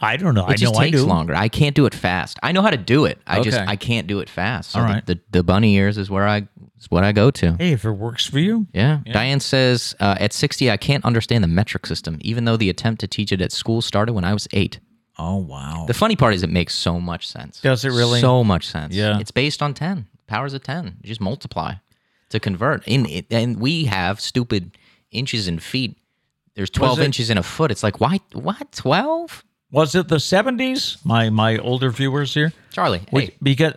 B: I don't know. I
A: It just
B: know
A: takes
B: I do.
A: longer. I can't do it fast. I know how to do it. I just
B: Okay.
A: I can't do it fast. So
B: All
A: the-
B: right.
A: the, the bunny ears is where I is what I go to.
B: Hey, if it works for you,
A: Yeah. Diane says uh, at sixty I can't understand the metric system, even though the attempt to teach it at school started when I was eight.
B: Oh wow.
A: The funny part is it makes so much sense.
B: Does it really?
A: So much sense.
B: Yeah.
A: It's based on ten. Powers of ten. You just multiply to convert. In it, and we have stupid inches and feet. There's twelve
B: it-
A: inches in a foot. It's like why what twelve?
B: was it the seventies? My my older viewers here.
A: Charlie,
B: Wait,
A: hey,
B: because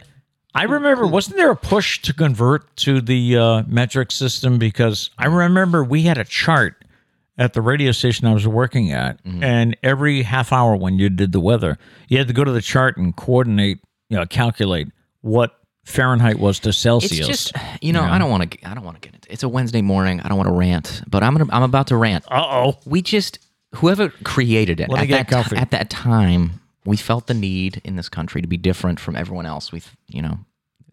B: I remember wasn't there a push to convert to the uh, metric system? Because I remember we had a chart at the radio station I was working at,
A: Mm-hmm.
B: and every half hour when you did the weather, you had to go to the chart and coordinate, you know, calculate what Fahrenheit was to
A: It's
B: Celsius.
A: just you know I don't want to I don't want to get into it's a Wednesday morning I don't want to rant but I'm gonna I'm about to rant.
B: uh oh.
A: We just whoever created it
B: Let me
A: at
B: get
A: that
B: comfy.
A: ti- at that time we felt the need in this country to be different from everyone else. We th- you know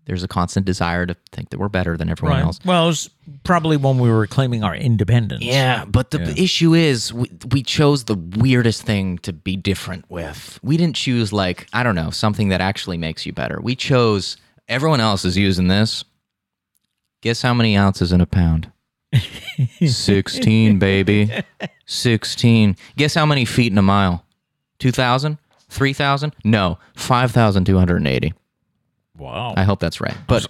A: there's a constant desire to think that we're better than everyone else.
B: Well, it was probably when we were claiming our independence.
A: Yeah, but the issue is we, we chose the weirdest thing to be different with. We didn't choose like I don't know something that actually makes you better. We chose everyone else is using this. Guess how many ounces in a pound? Sixteen, baby. Sixteen. Guess how many feet in a mile? Two thousand. 3,000? No, 5,280.
B: Wow.
A: I hope that's right. But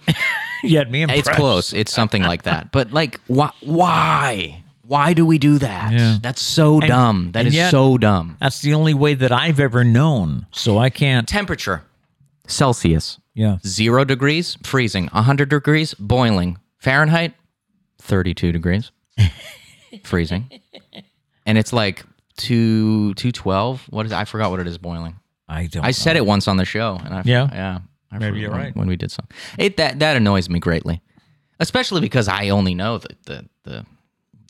B: you had me impressed.
A: it's close. It's something like that. But like, why? Why? Why do we do that?
B: Yeah.
A: That's so dumb. That
B: and
A: is
B: yet-
A: so dumb.
B: That's the only way that I've ever known. So I can't.
A: Temperature, Celsius,
B: Yeah.
A: zero degrees, freezing. hundred degrees, boiling. Fahrenheit, thirty-two degrees, freezing. And it's like two two twelve. What is? I forgot what it is. Boiling.
B: I don't.
A: I said it once on the show, and I
B: Yeah?
A: yeah I
B: Maybe
A: forgot
B: you're
A: when-
B: right.
A: when we did some. It that that annoys me greatly, especially because I only know the the the,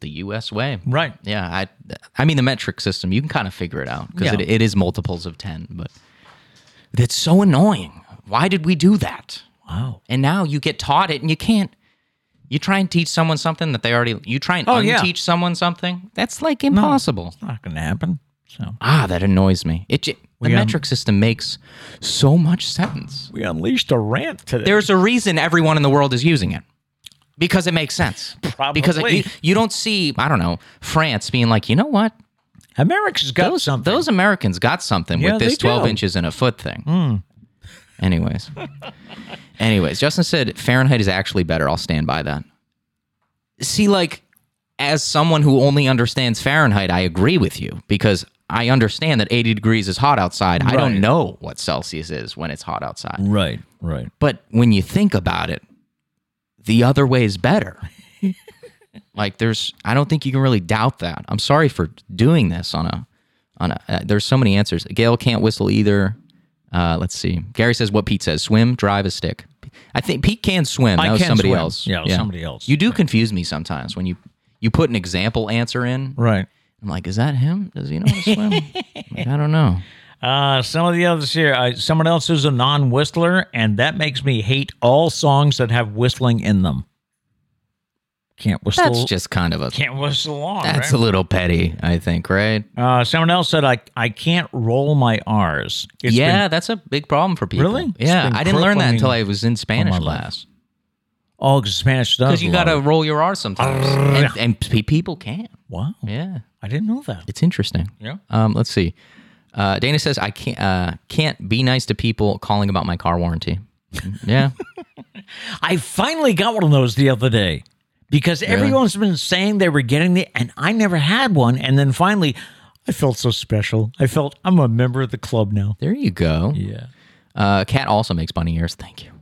A: the U.S. way.
B: Right.
A: Yeah, I I mean the metric system. You can kind of figure it out because
B: Yeah.
A: it, it is multiples of ten, but that's so annoying. Why did we do that?
B: Wow.
A: And now you get taught it, and you can't. You try and teach someone something that they already. You try and
B: Oh,
A: unteach
B: yeah.
A: someone something. That's like impossible.
B: It's not going to happen. It's So
A: Ah, that annoys me. It j- the
B: um,
A: metric system makes so much sense.
B: we unleashed a rant today.
A: There's a reason everyone in the world is using it because it makes sense. Because it,
B: Probably.
A: you, you don't see, I don't know, France being like, you know what?
B: America's got
A: Those,
B: something.
A: those Americans got something
B: Yeah,
A: with this
B: they
A: 12
B: do. Hmm.
A: inches and a foot thing. Anyways. Anyways, Justin said Fahrenheit is actually better. I'll stand by that. See, like, as someone who only understands Fahrenheit, I agree with you because I understand that 80 degrees is hot outside. I
B: Right.
A: don't know what Celsius is when it's hot outside.
B: right, right.
A: But when you think about it, the other way is better. like there's, I don't think you can really doubt that. I'm sorry for doing this on a, on a. Uh, there's so many answers. Gail can't whistle either. Uh, let's see. Gary says what Pete says: swim, drive a stick. I think Pete can swim.
B: I
A: that was
B: can
A: somebody
B: swim.
A: else.
B: Yeah, it was somebody else.
A: You do confuse me sometimes when you you put an example answer in.
B: Right.
A: I'm like, is that him? Does he know how to swim? like, I don't know.
B: Uh, some of the others here. Uh, someone else is a non-whistler, and that makes me hate all songs that have whistling in them. Can't whistle.
A: That's just kind of a.
B: can't whistle along.
A: That's a
B: right?
A: little petty, I think, right?
B: uh, someone else said I I can't roll my R's. It's
A: yeah,
B: been-
A: that's a big problem for people.
B: Really? It's
A: Yeah,
B: been
A: I didn't learn that until I
B: crippling
A: was in Spanish
B: all my life.
A: class.
B: oh, 'cause Spanish does.
A: Because you got
B: love
A: to
B: it.
A: roll your R sometimes, and, and pe- people can.
B: Wow.
A: Yeah,
B: I didn't know that.
A: it's interesting.
B: Yeah.
A: Um, let's see. Uh, Dana says I can't uh, can't be nice to people calling about my car warranty. Mm-hmm. Yeah,
B: I finally got one of those the other day because everyone's been saying they were getting it, and I never had one. And then finally, I felt so special. I felt I'm a member of the club now.
A: there you go.
B: Yeah.
A: Uh, Cat also makes bunny ears. Thank you.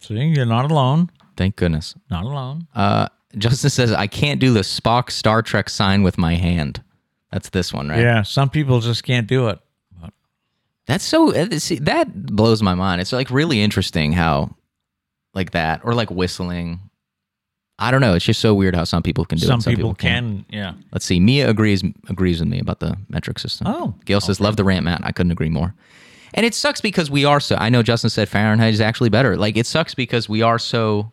B: See, you're not alone.
A: Thank goodness.
B: Not alone.
A: Uh, Justin says I can't do the Spock Star Trek sign with my hand. That's this one, right?
B: yeah, some people just can't do it.
A: That's so uh, see that blows my mind. It's like really interesting how like that or like whistling. I don't know. It's just so weird how some people can do
B: Some,
A: it.
B: people, can. Yeah.
A: Let's see. Mia agrees agrees with me about the metric system.
B: Oh,
A: Gail says love the rant, Matt. I couldn't agree more. And it sucks because we are so. I know Justin said Fahrenheit is actually better. Like it sucks because we are so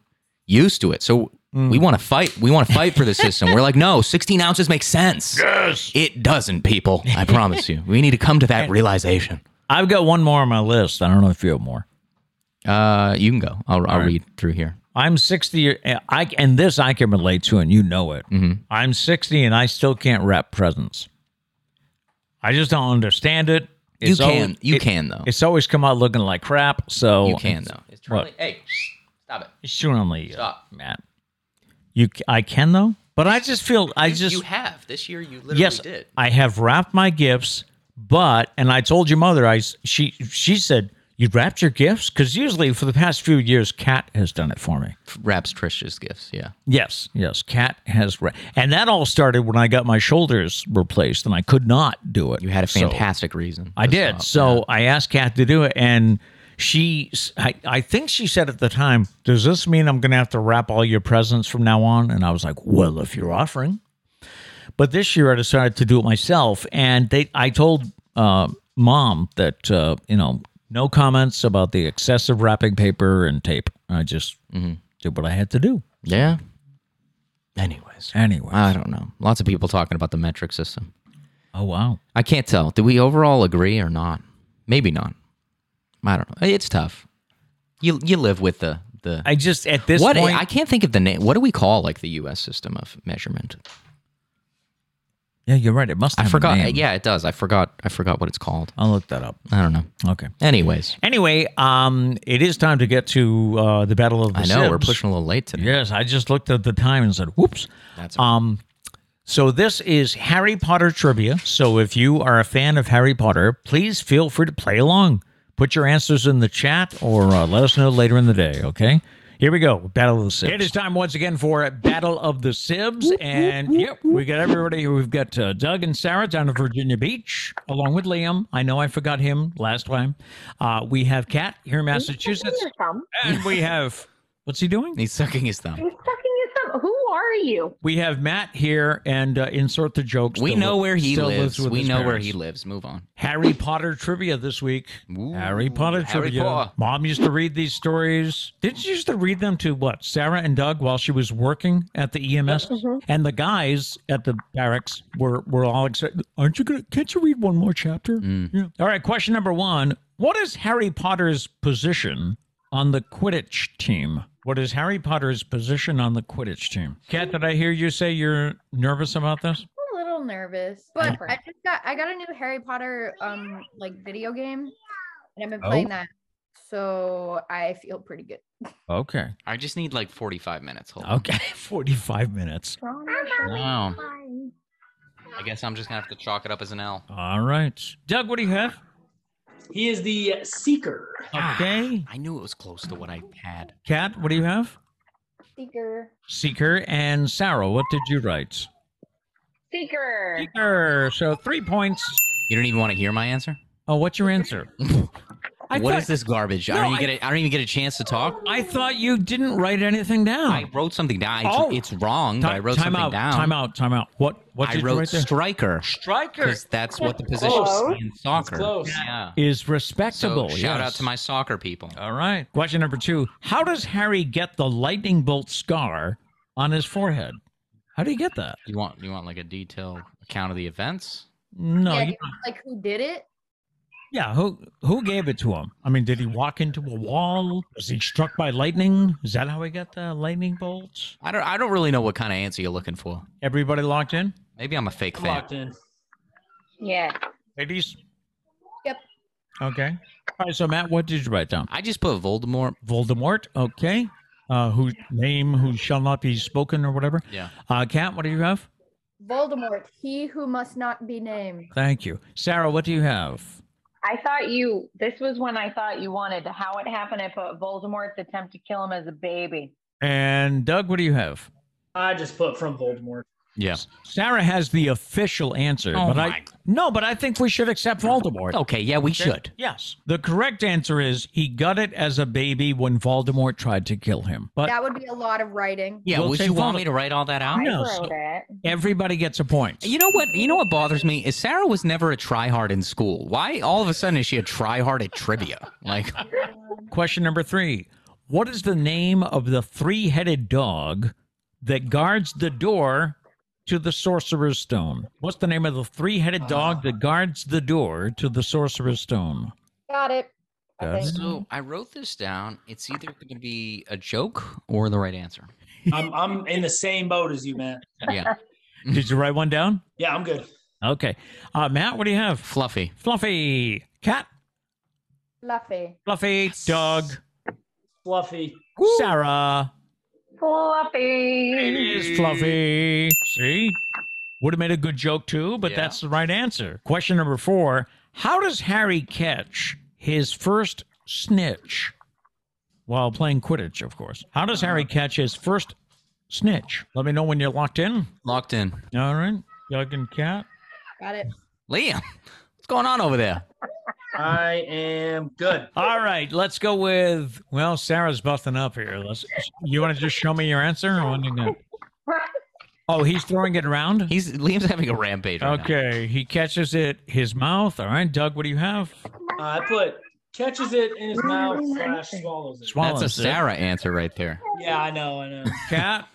A: used to it. So
B: Mm.
A: we want to fight. We want to fight for the system. We're like, no, sixteen ounces makes sense. Yes, it doesn't, people. I promise you. We need to come to that realization.
B: I've got one more on my list. I don't know if you have more.
A: Uh, you can go. I'll, I'll read through here.
B: I'm 60. uh, I and this I can relate to, and you know it. I'm 60, and I still can't wrap presents. I just don't understand it.
A: You
B: It's
A: can.
B: always-
A: you
B: it-
A: can though.
B: It's always come out looking like crap. So
A: Oh. You can though. It's
B: what?
A: Charlie. Hey, stop it.
B: It's chewing on the, uh,
A: Stop.
B: Matt. You, c- I can though, but I just feel I just
A: you have this year. You literally
B: yes,
A: did.
B: I have wrapped my gifts, but and I told your mother, I s- she she said you wrapped your gifts because usually for the past few years, Kat has done it for me.
A: Wraps Trisha's gifts. Yeah.
B: Yes, yes, Kat has wrapped, and that all started when I got my shoulders replaced and I could not do it.
A: You had a
B: So-
A: fantastic reason.
B: I did. so I asked Kat to do it, and she, s- I, I think she said at the time, "Does this mean I'm going to have to wrap all your presents from now on?" And I was like, "Well, if you're offering." But this year, I decided to do it myself, and they, I told uh, mom that uh, you know, no comments about the excessive wrapping paper and tape. I just
A: Mm-hmm.
B: did what I had to do.
A: Yeah. Anyways,
B: Anyway,
A: I don't know. Lots of people talking about the metric system.
B: oh wow,
A: I can't tell. Do we overall agree or not? Maybe not. I don't know. It's tough. You you live with the the
B: I just at this
A: what
B: point,
A: I can't think of the name. What do we call like the U.S. system of measurement?
B: yeah, you're right. It must.
A: I
B: Have a
A: forgot.
B: name.
A: Yeah, it does. I forgot. I forgot what it's called.
B: I'll look that up.
A: I don't know.
B: Okay.
A: Anyways,
B: Anyway, um, it is time to get to uh, the Battle of the
A: I know we're
B: Sibs.
A: pushing a little late today.
B: Yes, I just looked at the time and said, "Whoops."
A: That's
B: um, so this is Harry Potter trivia. So if you are a fan of Harry Potter, please feel free to play along. Put your answers in the chat, or uh, let us know later in the day. Okay. Here we go, Battle of the Sibs. It is time once again for Battle of the Sibs, and yep, we got everybody here. We've got uh, Doug and Sarah down in Virginia Beach, along with Liam. I know I forgot him last time. Uh, we have Kat here in
C: He's sucking
B: Massachusetts,
C: your thumb.
B: and we have what's he doing?
A: He's sucking his thumb.
C: He's sucking your thumb. Who are you?
B: We have Matt here and uh, insert the jokes.
A: We
B: Still-
A: know where he
B: still
A: lives.
B: with
A: we
B: his
A: know where
B: parents.
A: he lives. Move on.
B: Harry Potter trivia this week.
A: Ooh,
B: Harry Potter
A: Harry
B: trivia.
A: Potter.
B: Mom used to read these stories. Didn't you used to read them to what Sarah and Doug while she was working at the EMS? And the guys at the barracks were were all excited. Aren't you gonna? Can't you read one more chapter?
A: Mm.
B: Yeah. All right. Question number one. What is Harry Potter's position on the Quidditch team? What is Harry Potter's position on the Quidditch team? Kat, did I hear you say you're nervous about this?
D: a little nervous, but I just got I got a new Harry Potter um like video game, and I've been playing
B: Oh.
D: that, so I feel pretty good.
B: Okay.
A: I just need like 45 minutes. Hold on.
B: Okay. 45 minutes. Wow.
A: I guess I'm just gonna have to chalk it up as an L.
B: All right. Doug, what do you have?
C: He is the seeker.
B: Okay.
A: I knew it was close to what I had.
B: Kat, what do you have?
D: Seeker.
B: Seeker and Sarah, what did you write?
C: Seeker.
B: Seeker. So three points.
A: You don't even want to hear my answer.
B: Oh, what's your answer?
A: What is
B: I thought,
A: this garbage? I
B: No,
A: don't even
B: I-
A: get. A, I don't even get a chance to talk.
B: I thought you didn't write anything down.
A: I wrote something down. It's,
B: Oh.
A: it's wrong, but I wrote
B: time
A: something
B: out,
A: down.
B: Time out. Time out. What? What
A: I
B: did you
A: wrote
B: write there?
A: striker
B: Striker
A: because that's what the position
C: Close.
A: is in soccer.
C: close.
A: Yeah.
B: is
A: So
B: respectable.
A: shout
B: yes.
A: out to my soccer people.
B: All right. Question number two. How does Harry get the lightning bolt scar on his forehead? How do you get that?
A: You want you want like a detailed account of the events?
B: No,
D: yeah,
B: you
D: you know, like who did it?
B: Yeah, who who gave it to him? I mean, did he walk into a wall? Was he struck by lightning? Is that how he got the lightning bolt?
A: I don't I don't really know what kind of answer you're looking for.
B: Everybody locked in?
A: Maybe I'm a fake
C: I'm
A: fan.
C: locked in.
D: Yeah.
B: Ladies?
D: Yep.
B: Okay. All right, so Matt, what did you write down?
A: I just put Voldemort.
B: Voldemort, okay. Uh whose name who shall not be spoken or whatever.
A: Yeah.
B: Uh Kat, what do you have?
D: Voldemort, he who must not be named.
B: Thank you. Sarah, what do you have?
E: I thought you, this was when I thought you wanted how it happened. I put Voldemort's attempt to kill him as a baby.
B: And Doug, what do you have?
C: I just put from Voldemort.
A: Yeah.
B: Sarah has the official answer,
A: Oh
B: but
A: my-
B: I No, but I think we should accept Voldemort.
A: Okay. Yeah, we should.
B: Yes. The correct answer is he got it as a baby when Voldemort tried to kill him. But
D: That would be a lot of writing.
A: Yeah.
B: We'll
A: would
B: take
A: you want
B: Voldem-
A: me to write all that out?
E: I
B: No,
E: wrote
B: so-
E: it.
B: everybody gets a point.
A: You know what? You know what bothers me is Sarah was never a tryhard in school. Why all of a sudden is she a tryhard at trivia? Like
B: Question number three What is the name of the three headed dog that guards the door to the Sorcerer's Stone? What's the name of the three headed dog that guards the door to the Sorcerer's Stone?
D: Got it. I
B: Yes.
D: think.
A: so, I wrote this down. It's either going to be a joke or the right answer.
C: I'm I'm in the same boat as you, man.
A: Yeah,
B: Did you write one down?
C: Yeah, I'm good.
B: Okay. Uh, Matt, what do you have?
A: fluffy.
B: Fluffy. Cat.
D: Fluffy.
B: Fluffy. Dog.
C: Fluffy.
B: Sarah.
E: Fluffy.
B: It is fluffy. See? Would have made a good joke too, but
A: Yeah.
B: that's the right answer. Question number four How does Harry catch his first snitch? While playing Quidditch, of course. How does Harry catch his first snitch? Let me know when you're locked in.
A: Locked in.
B: All right. Doug and Cat.
D: Got it.
A: Liam, what's going on over there?
C: I am good. Uh,
B: All right, let's go with. Well, Sarah's busting up here. Let's, you want to just show me your answer? Or what do you got? oh, he's throwing it around?
A: He's Liam's having a rampage. Right okay.
B: Okay, he catches it his mouth. All right, Doug, what do you have?
C: I put catches it in his mouth slash swallows it.
B: Swallows
A: That's a
B: it.
A: Sarah answer right there.
C: yeah, I know. I know.
B: Cat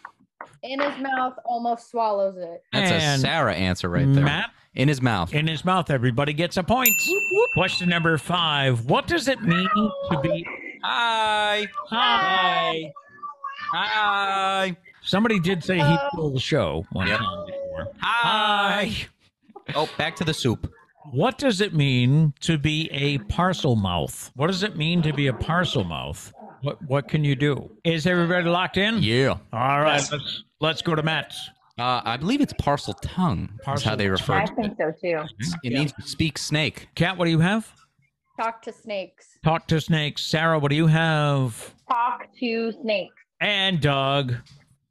D: In his mouth, almost swallows it.
A: That's a
B: And
A: Sarah answer right there.
B: Matt
A: in his mouth.
B: in his mouth. Everybody gets a point. Question number five: What does it mean to be?
A: Hi.
B: Ah,
C: Hi.
A: Hi.
B: somebody did say he stole the show one
A: Yep.
B: time before.
A: Hi. Oh, back to the soup.
B: What does it mean to be a parcel mouth? What does it mean to be a parcel mouth? What What can you do? Is everybody locked in?
A: Yeah.
B: All right,
C: Yes.
B: let's let's go to Matt.
A: Uh, I believe it's parcel tongue. That's
B: Parcel
A: how they refer
E: I
A: to it.
E: think so too.
A: It means to speak snake.
B: Cat, what do you have?
D: Talk to snakes.
B: Talk to snakes. Sarah, what do you have?
E: Talk to snakes.
B: And Doug.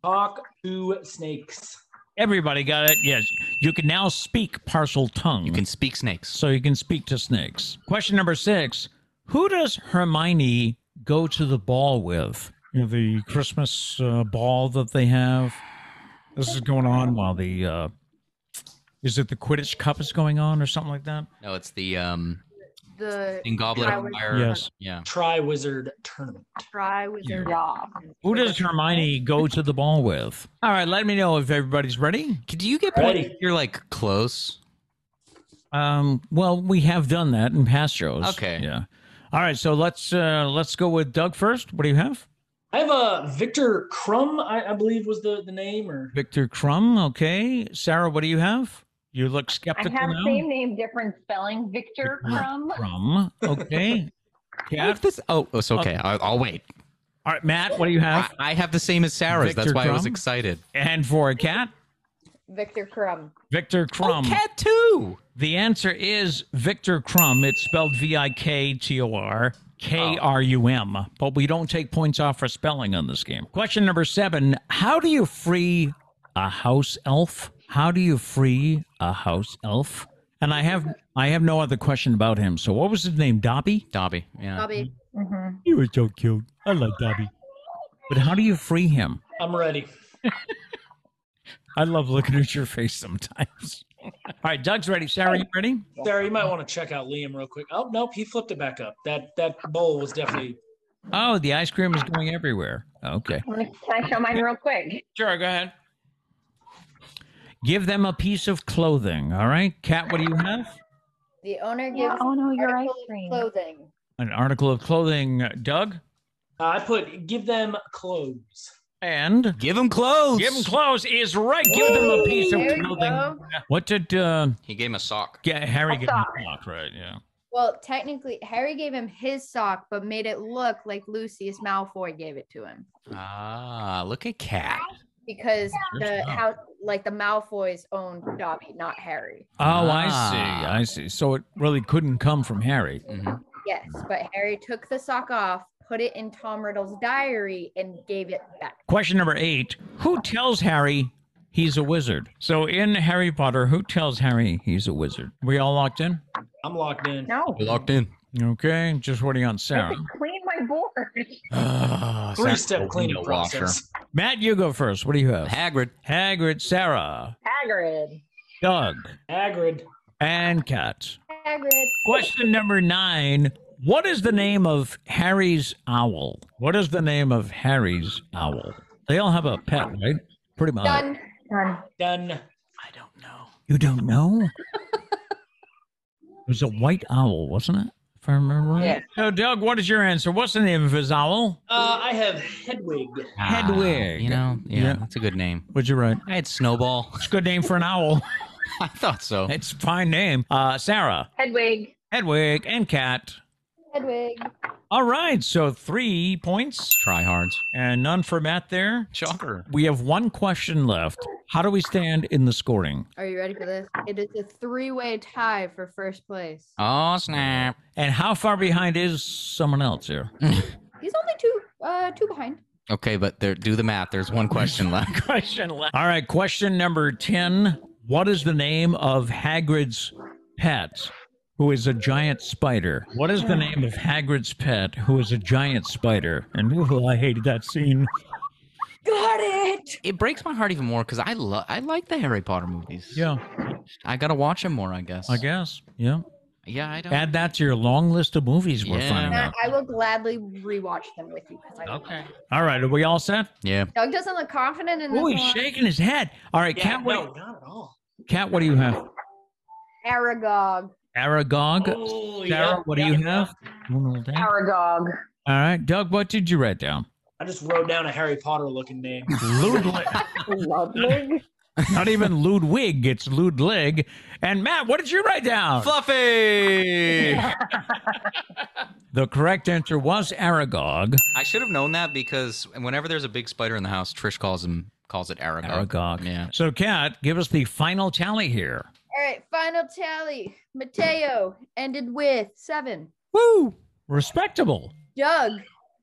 C: Talk to snakes.
B: Everybody got it. Yes. You can now speak parcel tongue.
A: You can speak snakes.
B: so you can speak to snakes. Question number six Who does Hermione go to the ball with? You know, the Christmas uh, ball that they have. This is going on while the uh, is it the Quidditch Cup is going on or something like that?
A: No, it's the um
D: The
A: in Goblet
D: I
A: of
D: was-
A: Fire.
B: Yes.
A: Yeah.
C: Tri Wizard Tournament.
D: try wizard.
E: Yeah.
B: Who does Hermione go to the ball with? All right, let me know if everybody's ready.
A: Do you get
C: Ready.
A: points if you're like close?
B: Um, well, we have done that in past shows.
A: Okay.
B: Yeah. All right, so let's uh, let's go with Doug first. What do you have?
C: I have a Victor Crumb, I, I believe was the, the name, or
B: Victor Crumb. Okay. Sarah, what do you have? You look
E: I
B: skeptical
E: have
B: now.
E: same name, different spelling. Victor Crumb.
B: Crumb. Okay.
A: Yeah.
B: Kat?
A: this, oh, it's okay. I, I'll wait.
B: All right, Matt, what do you have?
A: I, I have the same as Sarah's.
B: Victor
A: That's why I was
B: Crumb?
A: excited.
B: And for a cat,
D: Victor Crumb.
B: Victor Crumb.
A: Oh, cat too.
B: The answer is Victor Crumb. It's spelled V I K T O R K R U M. But we don't take points off for spelling on this game. Question number seven How do you free a house elf? How do you free a house elf? And I have I have no other question about him. So what was his name? Dobby?
A: Dobby. Yeah.
D: Bobby.
E: Mhm.
B: He was so cute. I love Dobby. But how do you free him?
C: I'm ready.
B: I love looking at your face sometimes. All right, Doug's ready. Sarah, you ready?
C: Sarah, you might want to check out Liam real quick. Oh nope, he flipped it back up. That that bowl was definitely
B: Oh, the ice cream is going everywhere. Okay.
E: I'm gonna- Can I show mine real quick?
B: Sure, go ahead. Give them a piece of clothing, all right? Kat, what do you have?
D: The owner gives
E: Yeah. Oh no, your ice
D: article of
E: cream.
D: clothing.
B: An article of clothing, Doug,
C: uh, I put give them clothes.
B: and
A: Give him clothes.
B: give them clothes is right. Give them a piece of
D: There you
B: clothing.
D: go.
B: What did uh,
A: He gave him a sock.
B: get Harry
E: A
B: get?
E: sock.
B: Sock, right? Yeah.
D: Well, technically, Harry gave him his sock, but made it look like Lucius Malfoy gave it to him
A: Ah, look at cat.
D: because the
B: sock.
D: how like the Malfoys owned Dobby, not Harry.
B: Oh, I see. I see. So it really couldn't come from Harry.
A: Mm-hmm.
D: Yes,
A: Mm.
D: but Harry took the sock off, put it in Tom Riddle's diary, and gave it back.
B: Question number eight: Who tells Harry he's a wizard? So in Harry Potter, who tells Harry he's a wizard? We all locked in.
C: I'm locked in.
E: No.
A: Locked in.
B: Okay, just waiting on
E: I have
B: Sarah.
E: to clean my board.
A: Ah,
C: Three step cleaning process.
B: Matt, you go first. What do you have?
A: Hagrid.
B: Hagrid, Sarah,
E: Hagrid.
B: Doug,
C: Hagrid.
B: and Kat.
D: Hagrid.
B: Question number nine. What is the name of Harry's owl? What is the name of Harry's owl? They all have a pet, right? Pretty
A: Uh.
B: much.
D: Done.
E: Done.
C: Done.
A: I don't know.
B: You don't know? it was a white owl, wasn't it? If I remember right.
E: Yeah.
B: So, Doug, what is your answer? What's the name of his owl?
C: Uh, I have Hedwig.
B: Hedwig.
A: Ah, you know, yeah,
B: Yeah.
A: that's a good name.
B: What'd you write?
A: I had Snowball.
B: It's a good name for an owl.
A: I thought so.
B: it's a fine name. Uh, Sarah,
E: Hedwig.
B: Hedwig, and Kat.
D: Hedwig.
B: All right, so three points
A: Tryhards.
B: and none for Matt there.
A: Shocker.
B: We have one question left. How do we stand in the scoring?
D: Are you ready for this? It is a three-way tie for first place.
A: Oh snap!
B: And how far behind is someone else here?
D: He's only two, uh, two behind.
A: Okay, but there, do the math. There's one question left.
B: Question left. All right, question number 10. What is the name of Hagrid's pet, who is a giant spider? What is the name of Hagrid's pet, who is a giant spider? And ooh, I hated that scene.
D: Got it.
A: It breaks my heart even more because I love, I like the Harry Potter movies.
B: Yeah,
A: I gotta watch them more. I guess.
B: I guess. Yeah.
A: Yeah, I don't.
B: Add that to your long list of movies we're
A: Yeah.
B: finding
D: Matt,
B: out.
D: I will gladly rewatch them with you because I.
A: okay.
B: All right, are we all set?
A: Yeah.
D: Doug doesn't look confident in this
B: Oh, he's
D: one.
B: shaking his head. All right,
C: Yeah,
B: Cat, what,
C: no, not at all.
B: Cat, what do you have?
D: Aragog.
B: Aragog.
C: Oh,
B: Sarah,
C: yeah,
B: what do
C: yeah,
B: you
C: yeah.
B: have? One little day.
E: Aragog.
B: All right, Doug, what did you write down?
C: I just wrote down a Harry Potter looking name.
B: Ludwig.
E: Ludwig.
B: Not even Ludwig, it's Ludwig. And Matt, what did you write down?
A: Fluffy.
B: The correct answer was Aragog.
A: I should have known that because whenever there's a big spider in the house, Trish calls him calls it Aragog.
B: Aragog.
A: Yeah.
B: So, Kat, give us the final tally here.
D: All right, final tally. Mateo ended with seven.
B: Woo! Respectable.
D: Doug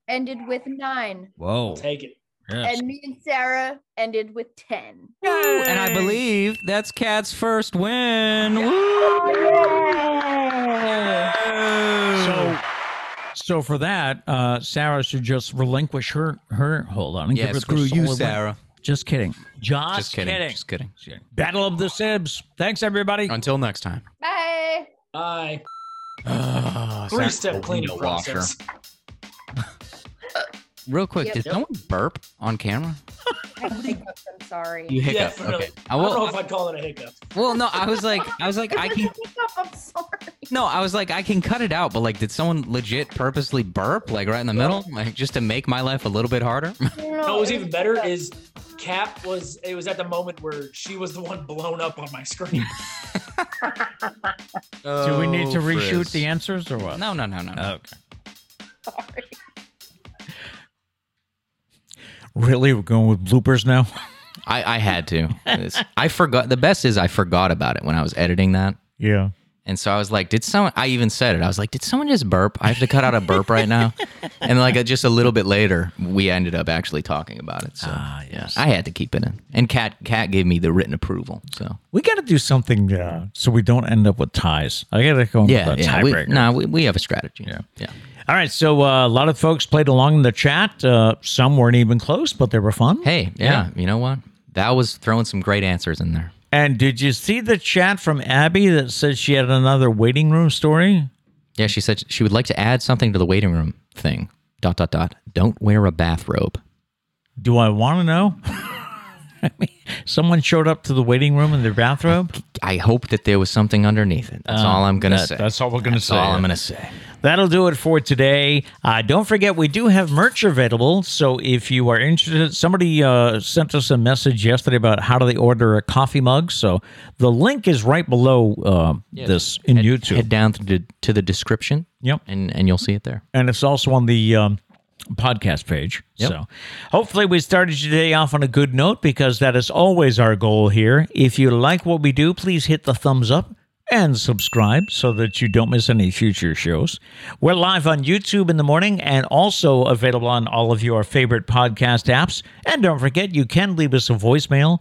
D: ended with nine.
B: Whoa.
C: Take it.
B: Yes.
D: And me and Sarah ended with 10.
A: Woo! And I believe that's Cat's first win. Woo!
B: So, so for that, uh, Sarah should just relinquish her her. Hold on. and
A: yeah,
B: give her the
A: screw you,
B: solid win.
A: Sarah.
B: Just kidding. Just,
A: Just kidding. Just kidding.
B: Battle of the Sibs. Thanks, everybody.
A: Until next time.
D: Bye.
C: Aye.
A: Oh,
C: Three step cleaning process.
A: Real quick,
D: Yep.
A: did
D: Yep.
A: someone burp on camera?
D: I hiccuped. I'm sorry.
A: You
C: Yeah,
A: hiccup.
C: for real.
A: okay. I
C: I don't know
A: will,
C: if I'd call it a hiccup.
A: well, no, I was like, I was like,
D: It
A: I
D: was
A: can
D: a hiccup. I'm sorry.
A: No, I was like, I can cut it out, but like, did someone legit purposely burp, like right in the middle, like just to make my life a little bit harder?
C: No, what was
D: it
C: even better
D: hiccup.
C: is Cap was it was at the moment where she was the one blown up on my screen.
B: Do we need to reshoot the answers or what?
A: Oh, No, no, no, no. no.
B: Okay. Really? We're going with bloopers now?
A: I, I had to. It's- I forgot. The best is I forgot about it when I was editing that,
B: yeah.
A: and so I was like, did someone? I even said it. I was like, did someone just burp? I have to cut out a burp right now. And like uh, just a little bit later, we ended up actually talking about it. So
B: Ah, yes.
A: I had to keep it in. And Cat Cat gave me the written approval. So
B: We got to do something uh, so we don't end up with ties. I got to go
A: yeah,
B: with a
A: yeah. We,
B: tiebreaker.
A: nah, we, we have a strategy. Yeah, yeah.
B: All right. So uh, a lot of folks played along in the chat. Uh, some weren't even close, but they were fun.
A: Hey, yeah, you know what? That was throwing some great answers in there.
B: And did you see the chat from Abby that says she had another waiting room story?
A: Yeah, she said she would like to add something to the waiting room thing. Dot dot dot. Don't wear a bathrobe.
B: Do I want to know? I mean, someone showed up to the waiting room in their bathrobe.
A: I hope that there was something underneath it. That's all I'm gonna
B: Uh, That-
A: say.
B: That's all we're going to
A: That's
B: say.
A: all I'm gonna say.
B: That'll do it for today. Uh, don't forget, we do have merch available. So if you are interested, somebody uh, sent us a message yesterday about how do they order a coffee mug. So the link is right below uh, this in YouTube.
A: Head down to, to the description.
B: Yep.
A: and and you'll see it there.
B: and it's also on the um, podcast page. So hopefully we started your day off on a good note because that is always our goal here. If you like what we do, please hit the thumbs up and subscribe so that you don't miss any future shows. We're live on YouTube in the morning and also available on all of your favorite podcast apps. And don't forget, you can leave us a voicemail.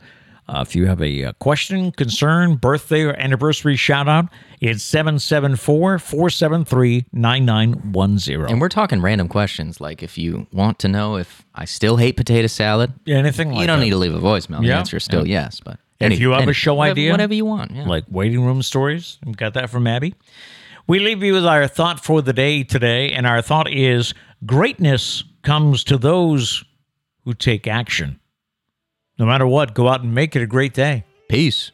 B: Uh, if you have a uh, question, concern, birthday, or anniversary shout out, it's 774 473 9910.
A: And we're talking random questions, like if you want to know if I still hate potato salad,
B: Anything like
A: you don't
B: that.
A: need to leave a voicemail.
B: Yeah.
A: The answer is still yes, but
B: If you have a show
A: whatever-
B: idea,
A: whatever you want, yeah.
B: like waiting room stories. We got that from Abby. We leave you with our thought for the day today, and our thought is greatness comes to those who take action. No matter what, go out and make it a great day.
A: peace.